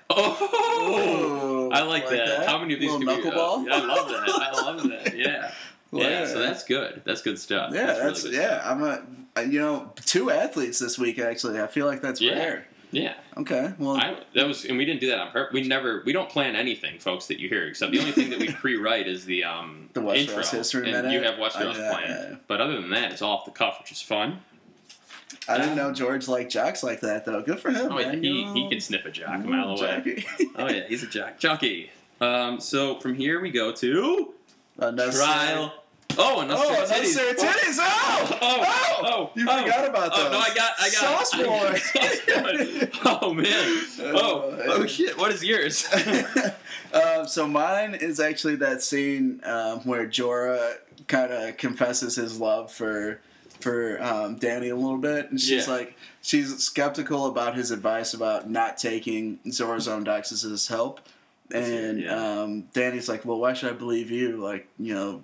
Oh, Ooh, I like, that. How many of these Little could be? knuckleball? uh, I love that. I love that. Yeah. Yeah, so that's good. That's good stuff. yeah, that's, really good yeah. I'm a I- you know two athletes this week actually. I feel like that's Yeah. rare. Yeah, Okay, well I, that was, and we didn't do that on purpose. We never, we don't plan anything, folks, that you hear. Except the only thing that we pre-write is the um The Westeros intro, History and Minute. you have Westeros I know, planned. yeah. But other than that, it's all off the cuff, which is fun. I didn't know George liked jocks like that though. Good for him. Oh, yeah, man. he, You know, he can sniff a jock a mile away. jockey. Oh yeah, he's a jock jockey. Um, so from here we go to Unnecessary- trial. Oh, another Oh, titties. unnecessary titties! Oh, Oh, oh, oh, you oh. forgot about those. Oh no, I got, I got sauce I got- boy. Sauce boy. oh man. Oh, Uh, oh shit. What is yours? um, so mine is actually that scene um, where Jorah kind of confesses his love for for um, Danny a little bit, and she's Yeah. like, she's skeptical about his advice about not taking Jorah's own Doxus's help, and Yeah. um, Danny's like, well, why should I believe you? Like, you know,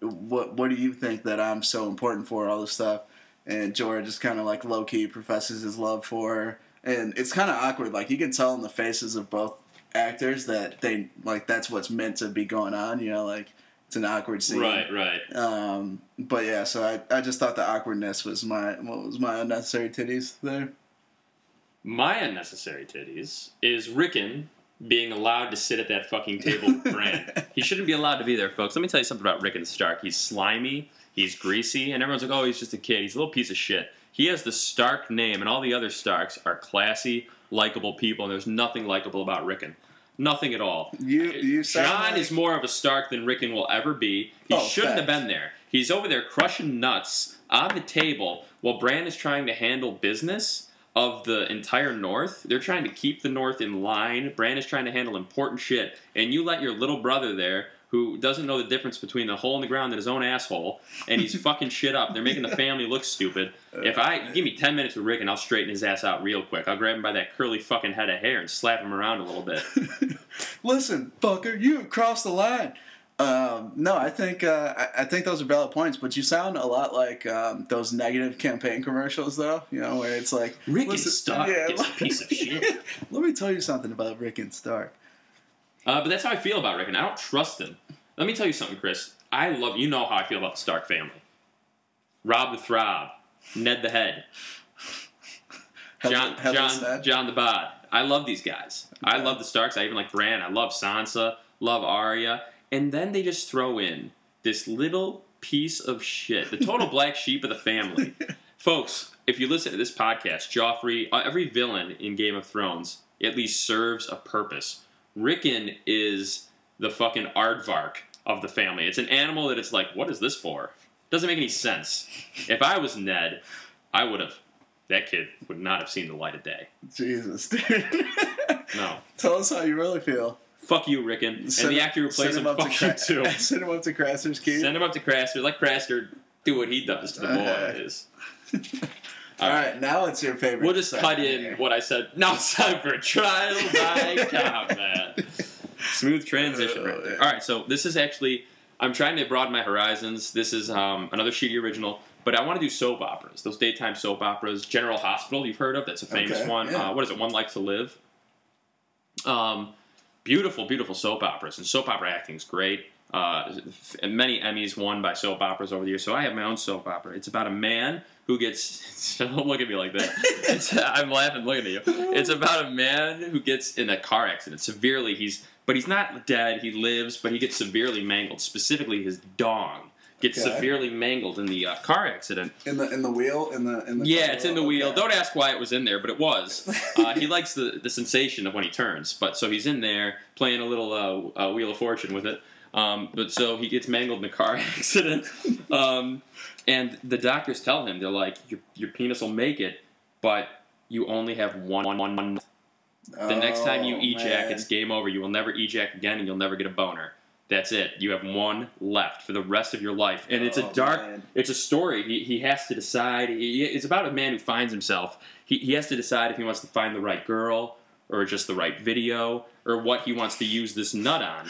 what what do you think that I'm so important for? All this stuff. and Jorah just kind of like low key professes his love for her, and it's kind of awkward. Like you can tell in the faces of both actors that they like that's what's meant to be going on. You know, like it's an awkward scene. Right, right. Um, but yeah, so I, I just thought the awkwardness was my what was my unnecessary titties there. My unnecessary titties is Rickon being allowed to sit at that fucking table with Bran. he shouldn't be allowed to be there, folks. Let me tell you something about Rickon Stark. He's slimy, he's greasy, and everyone's like, oh, he's just a kid. He's a little piece of shit. He has the Stark name, and all the other Starks are classy, likable people, and there's nothing likable about Rickon. Nothing at all. You you sound John like- is more of a Stark than Rickon will ever be. He Oh, shouldn't have facts. been there. He's over there crushing nuts on the table while Bran is trying to handle business of the entire North. They're trying to keep the North in line. Bran is trying to handle important shit, and you let your little brother there. Who doesn't know the difference between a hole in the ground and his own asshole, and he's fucking shit up. They're making the family look stupid. If I give me ten minutes with Rick and I'll straighten his ass out real quick. I'll grab him by that curly fucking head of hair and slap him around a little bit. Listen, fucker, you have crossed the line. Um, no, I think uh, I, I think those are valid points, but you sound a lot like um, those negative campaign commercials, though. You know, where it's like Rick listen- is Stark yeah, is a piece of shit. Let me tell you something about Rick and Stark. Uh, but that's how I feel about Rickon. I don't trust him. Let me tell you something, Chris. I love you know how I feel about the Stark family. Rob the Throb, Ned the Head, Have- John have this John said. John the Bod. I love these guys. I love the Starks. I even like Bran. I love Sansa. Love Arya. And then they just throw in this little piece of shit, the total black sheep of the family. Folks, if you listen to this podcast, Joffrey, uh, every villain in Game of Thrones at least serves a purpose. Rickon is the fucking aardvark of the family. It's an animal that it's like, what is this for? Doesn't make any sense. If I was Ned, I would have. That kid would not have seen the light of day. Jesus, dude. No. tell us how you really feel. Fuck you, Rickon. Send and the him- actor who plays send him, fuck you Cra- too. Send him up to Craster's Key. Send him up to Craster. Let Craster do what he does to the Uh, boys. All right, now it's your favorite. We'll just section cut in here. what I said. Now it's time for trial by combat. Smooth transition right there. All right, so this is actually I'm trying to broaden my horizons. This is um, another shitty original, but I want to do soap operas. Those daytime soap operas, General Hospital, you've heard of? That's a famous Okay, one. yeah. Uh, what is it? One Life to Live. Um, beautiful, beautiful soap operas, and soap opera acting is great. Uh, f- many Emmys won by soap operas over the years, so I have my own soap opera. It's about a man who gets. Don't look at me like that. It's, uh, I'm laughing looking at you. It's about a man who gets in a car accident severely. He's but he's not dead. He lives, but he gets severely mangled. Specifically, his dong gets Okay. severely mangled in the uh, car accident. in the in the wheel in the in the Yeah, it's in the wheel. Okay. Don't ask why it was in there, but it was. Uh, he likes the, the sensation of when he turns, but so he's in there playing a little uh, uh, Wheel of Fortune with it. Um, but so he gets mangled in a car accident, um, and the doctors tell him they're like, "Your your penis will make it, but you only have one one one." one. The next time you Oh, ejac, man. it's game over. You will never ejac again, and you'll never get a boner. That's it. You have one left for the rest of your life, and it's a Oh, dark. man. It's a story. He, he has to decide. He- it's about a man who finds himself. He, he has to decide if he wants to find the right girl, or just the right video, or what he wants to use this nut on.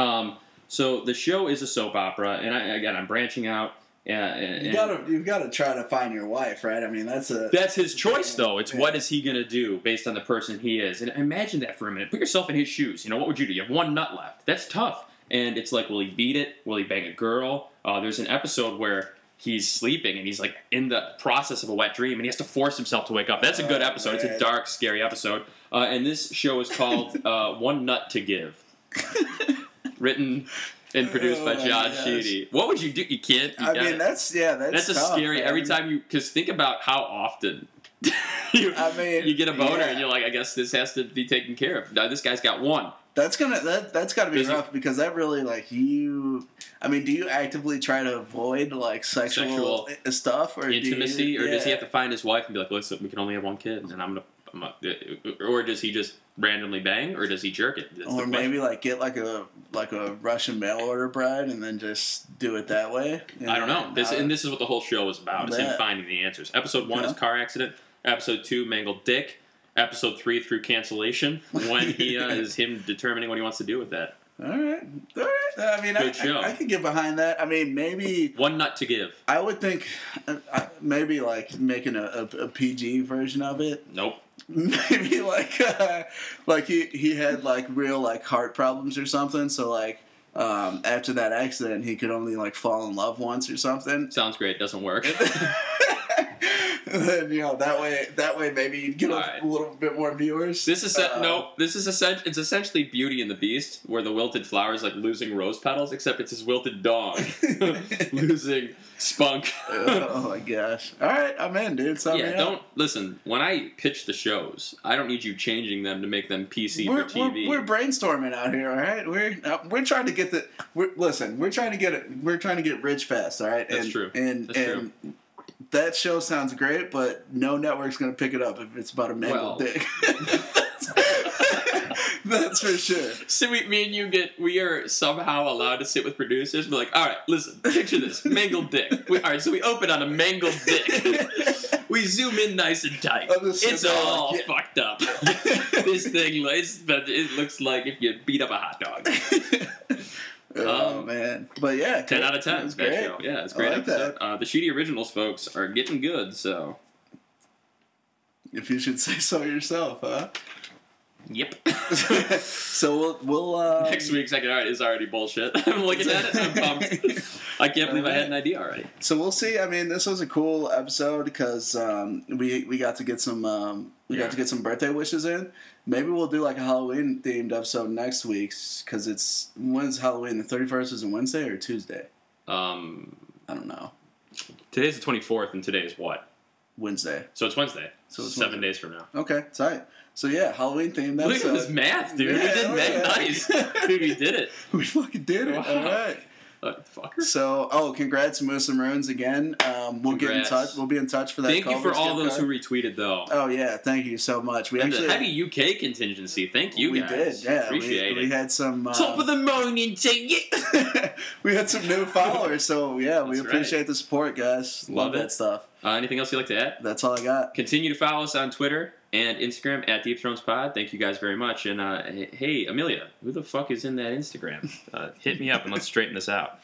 Um, so the show is a soap opera, and I, again, I'm branching out. Uh, and, You gotta you've gotta try to find your wife, right? I mean that's a that's his choice, though. It's Yeah. what is he going to do based on the person he is. And imagine that for a minute. Put yourself in his shoes. You know, what would you do? You have one nut left. That's tough. And it's like, will he beat it? Will he bang a girl? Uh, there's an episode where he's sleeping and he's like in the process of a wet dream and he has to force himself to wake up. That's a good Oh, episode. It's a man. dark, scary episode. Uh, and this show is called uh, One Nut to Give, written and produced by Oh, my John gosh. Sheedy. What would you do? You can't. You I gotta- mean that's yeah that's that's a tough, scary. man. Every time you, because think about how often you, I mean, you get a boner yeah. and you're like, I guess this has to be taken care of. Now this guy's got one. that's gonna that that's gotta be Does he- rough because that really like you. I mean, do you actively try to avoid like sexual, Sexual i- stuff or do you- Intimacy, or does he yeah. have to find his wife and be like, listen, we can only have one kid, and I'm gonna, I'm gonna or does he just randomly bang, or does he jerk it? That's the Or question. maybe like get like a like a Russian mail order bride and then just do it that way. you I don't know. This Uh, and this is what the whole show is about: is him Yeah. finding the answers. Episode one is Yeah. car accident. Episode two, mangled dick. Episode three, through cancellation, when he uh, is him determining what he wants to do with that. All right. All right. I mean, I, Good show. I, I could get behind that. I mean, maybe One nut to give. I would think I, I, maybe like making a, a, a PG version of it. Nope. Maybe like uh, like he he had like real like heart problems or something. So like um, after that accident, he could only like fall in love once or something. Sounds great. Doesn't work. and then you know that way that way maybe you'd get a All right. little bit more viewers. This is Uh, no. This is essen- it's essentially Beauty and the Beast, where the wilted flower is like losing rose petals, except it's his wilted dog losing spunk. oh my gosh! All right, I'm in, dude. Sign me yeah, up. don't listen. When I pitch the shows, I don't need you changing them to make them PC we're, for TV. We're, we're brainstorming out here, all right? We're uh, we're trying to get the we're, listen. We're trying to get it. We're trying to get rich fast, all right? That's and, true. And That's and that show sounds great, but no network's going to pick it up if it's about a Well. mangled dick. That's for sure. So we, me and you get, we are somehow allowed to sit with producers and be like, all right, listen, picture this, mangled dick. We, all right, so we open on a mangled dick. we zoom in nice and tight. I'm just sitting It's there all like, yeah. fucked up. this thing, it's, but it looks like if you beat up a hot dog. oh Um, man, but yeah, 10 out of 10. That's That great. show. Yeah, it's a I great like episode. Uh, the Shooty Originals folks are getting good, so. If you should say so yourself, huh? Yep. so we'll we'll uh, Next week's second art is already bullshit. I'm looking at it. I'm pumped. I can't believe I had an idea already. So we'll see. I mean, this was a cool episode because um, we we got to get some um, we Yeah. got to get some birthday wishes in. Maybe we'll do like a Halloween themed episode next week because it's when's Halloween? The thirty first is a Wednesday or Tuesday? Um, I don't know. today's the 24th, and today is what? Wednesday. So it's Wednesday. So it's seven Wednesday. days from now. Okay, tight. So yeah, Halloween themed Look at episode. this math, dude. Yeah, we did look math at that. nice. dude, we did it. we fucking did it. Wow. All right. Uh, fucker. So oh, congrats, Moose and Runes again. Um, we'll get in Congrats. touch. We'll be in touch for that. Thank you for Culver's all gift those card. who retweeted, though. Oh yeah, thank you so much. We and actually the heavy UK contingency. Thank you we guys. did. Yeah, Appreciate we, it. we had some uh, Top of the morning take it. we had some new followers, so yeah, we That's right. appreciate the support, guys. Love, Love that it. stuff. Uh, anything else you'd like to add? That's all I got. Continue to follow us on Twitter and Instagram at Deep Thrones Pod. Thank you guys very much. And uh, hey, Amelia, who the fuck is in that Instagram? Uh, hit me up and let's straighten this out.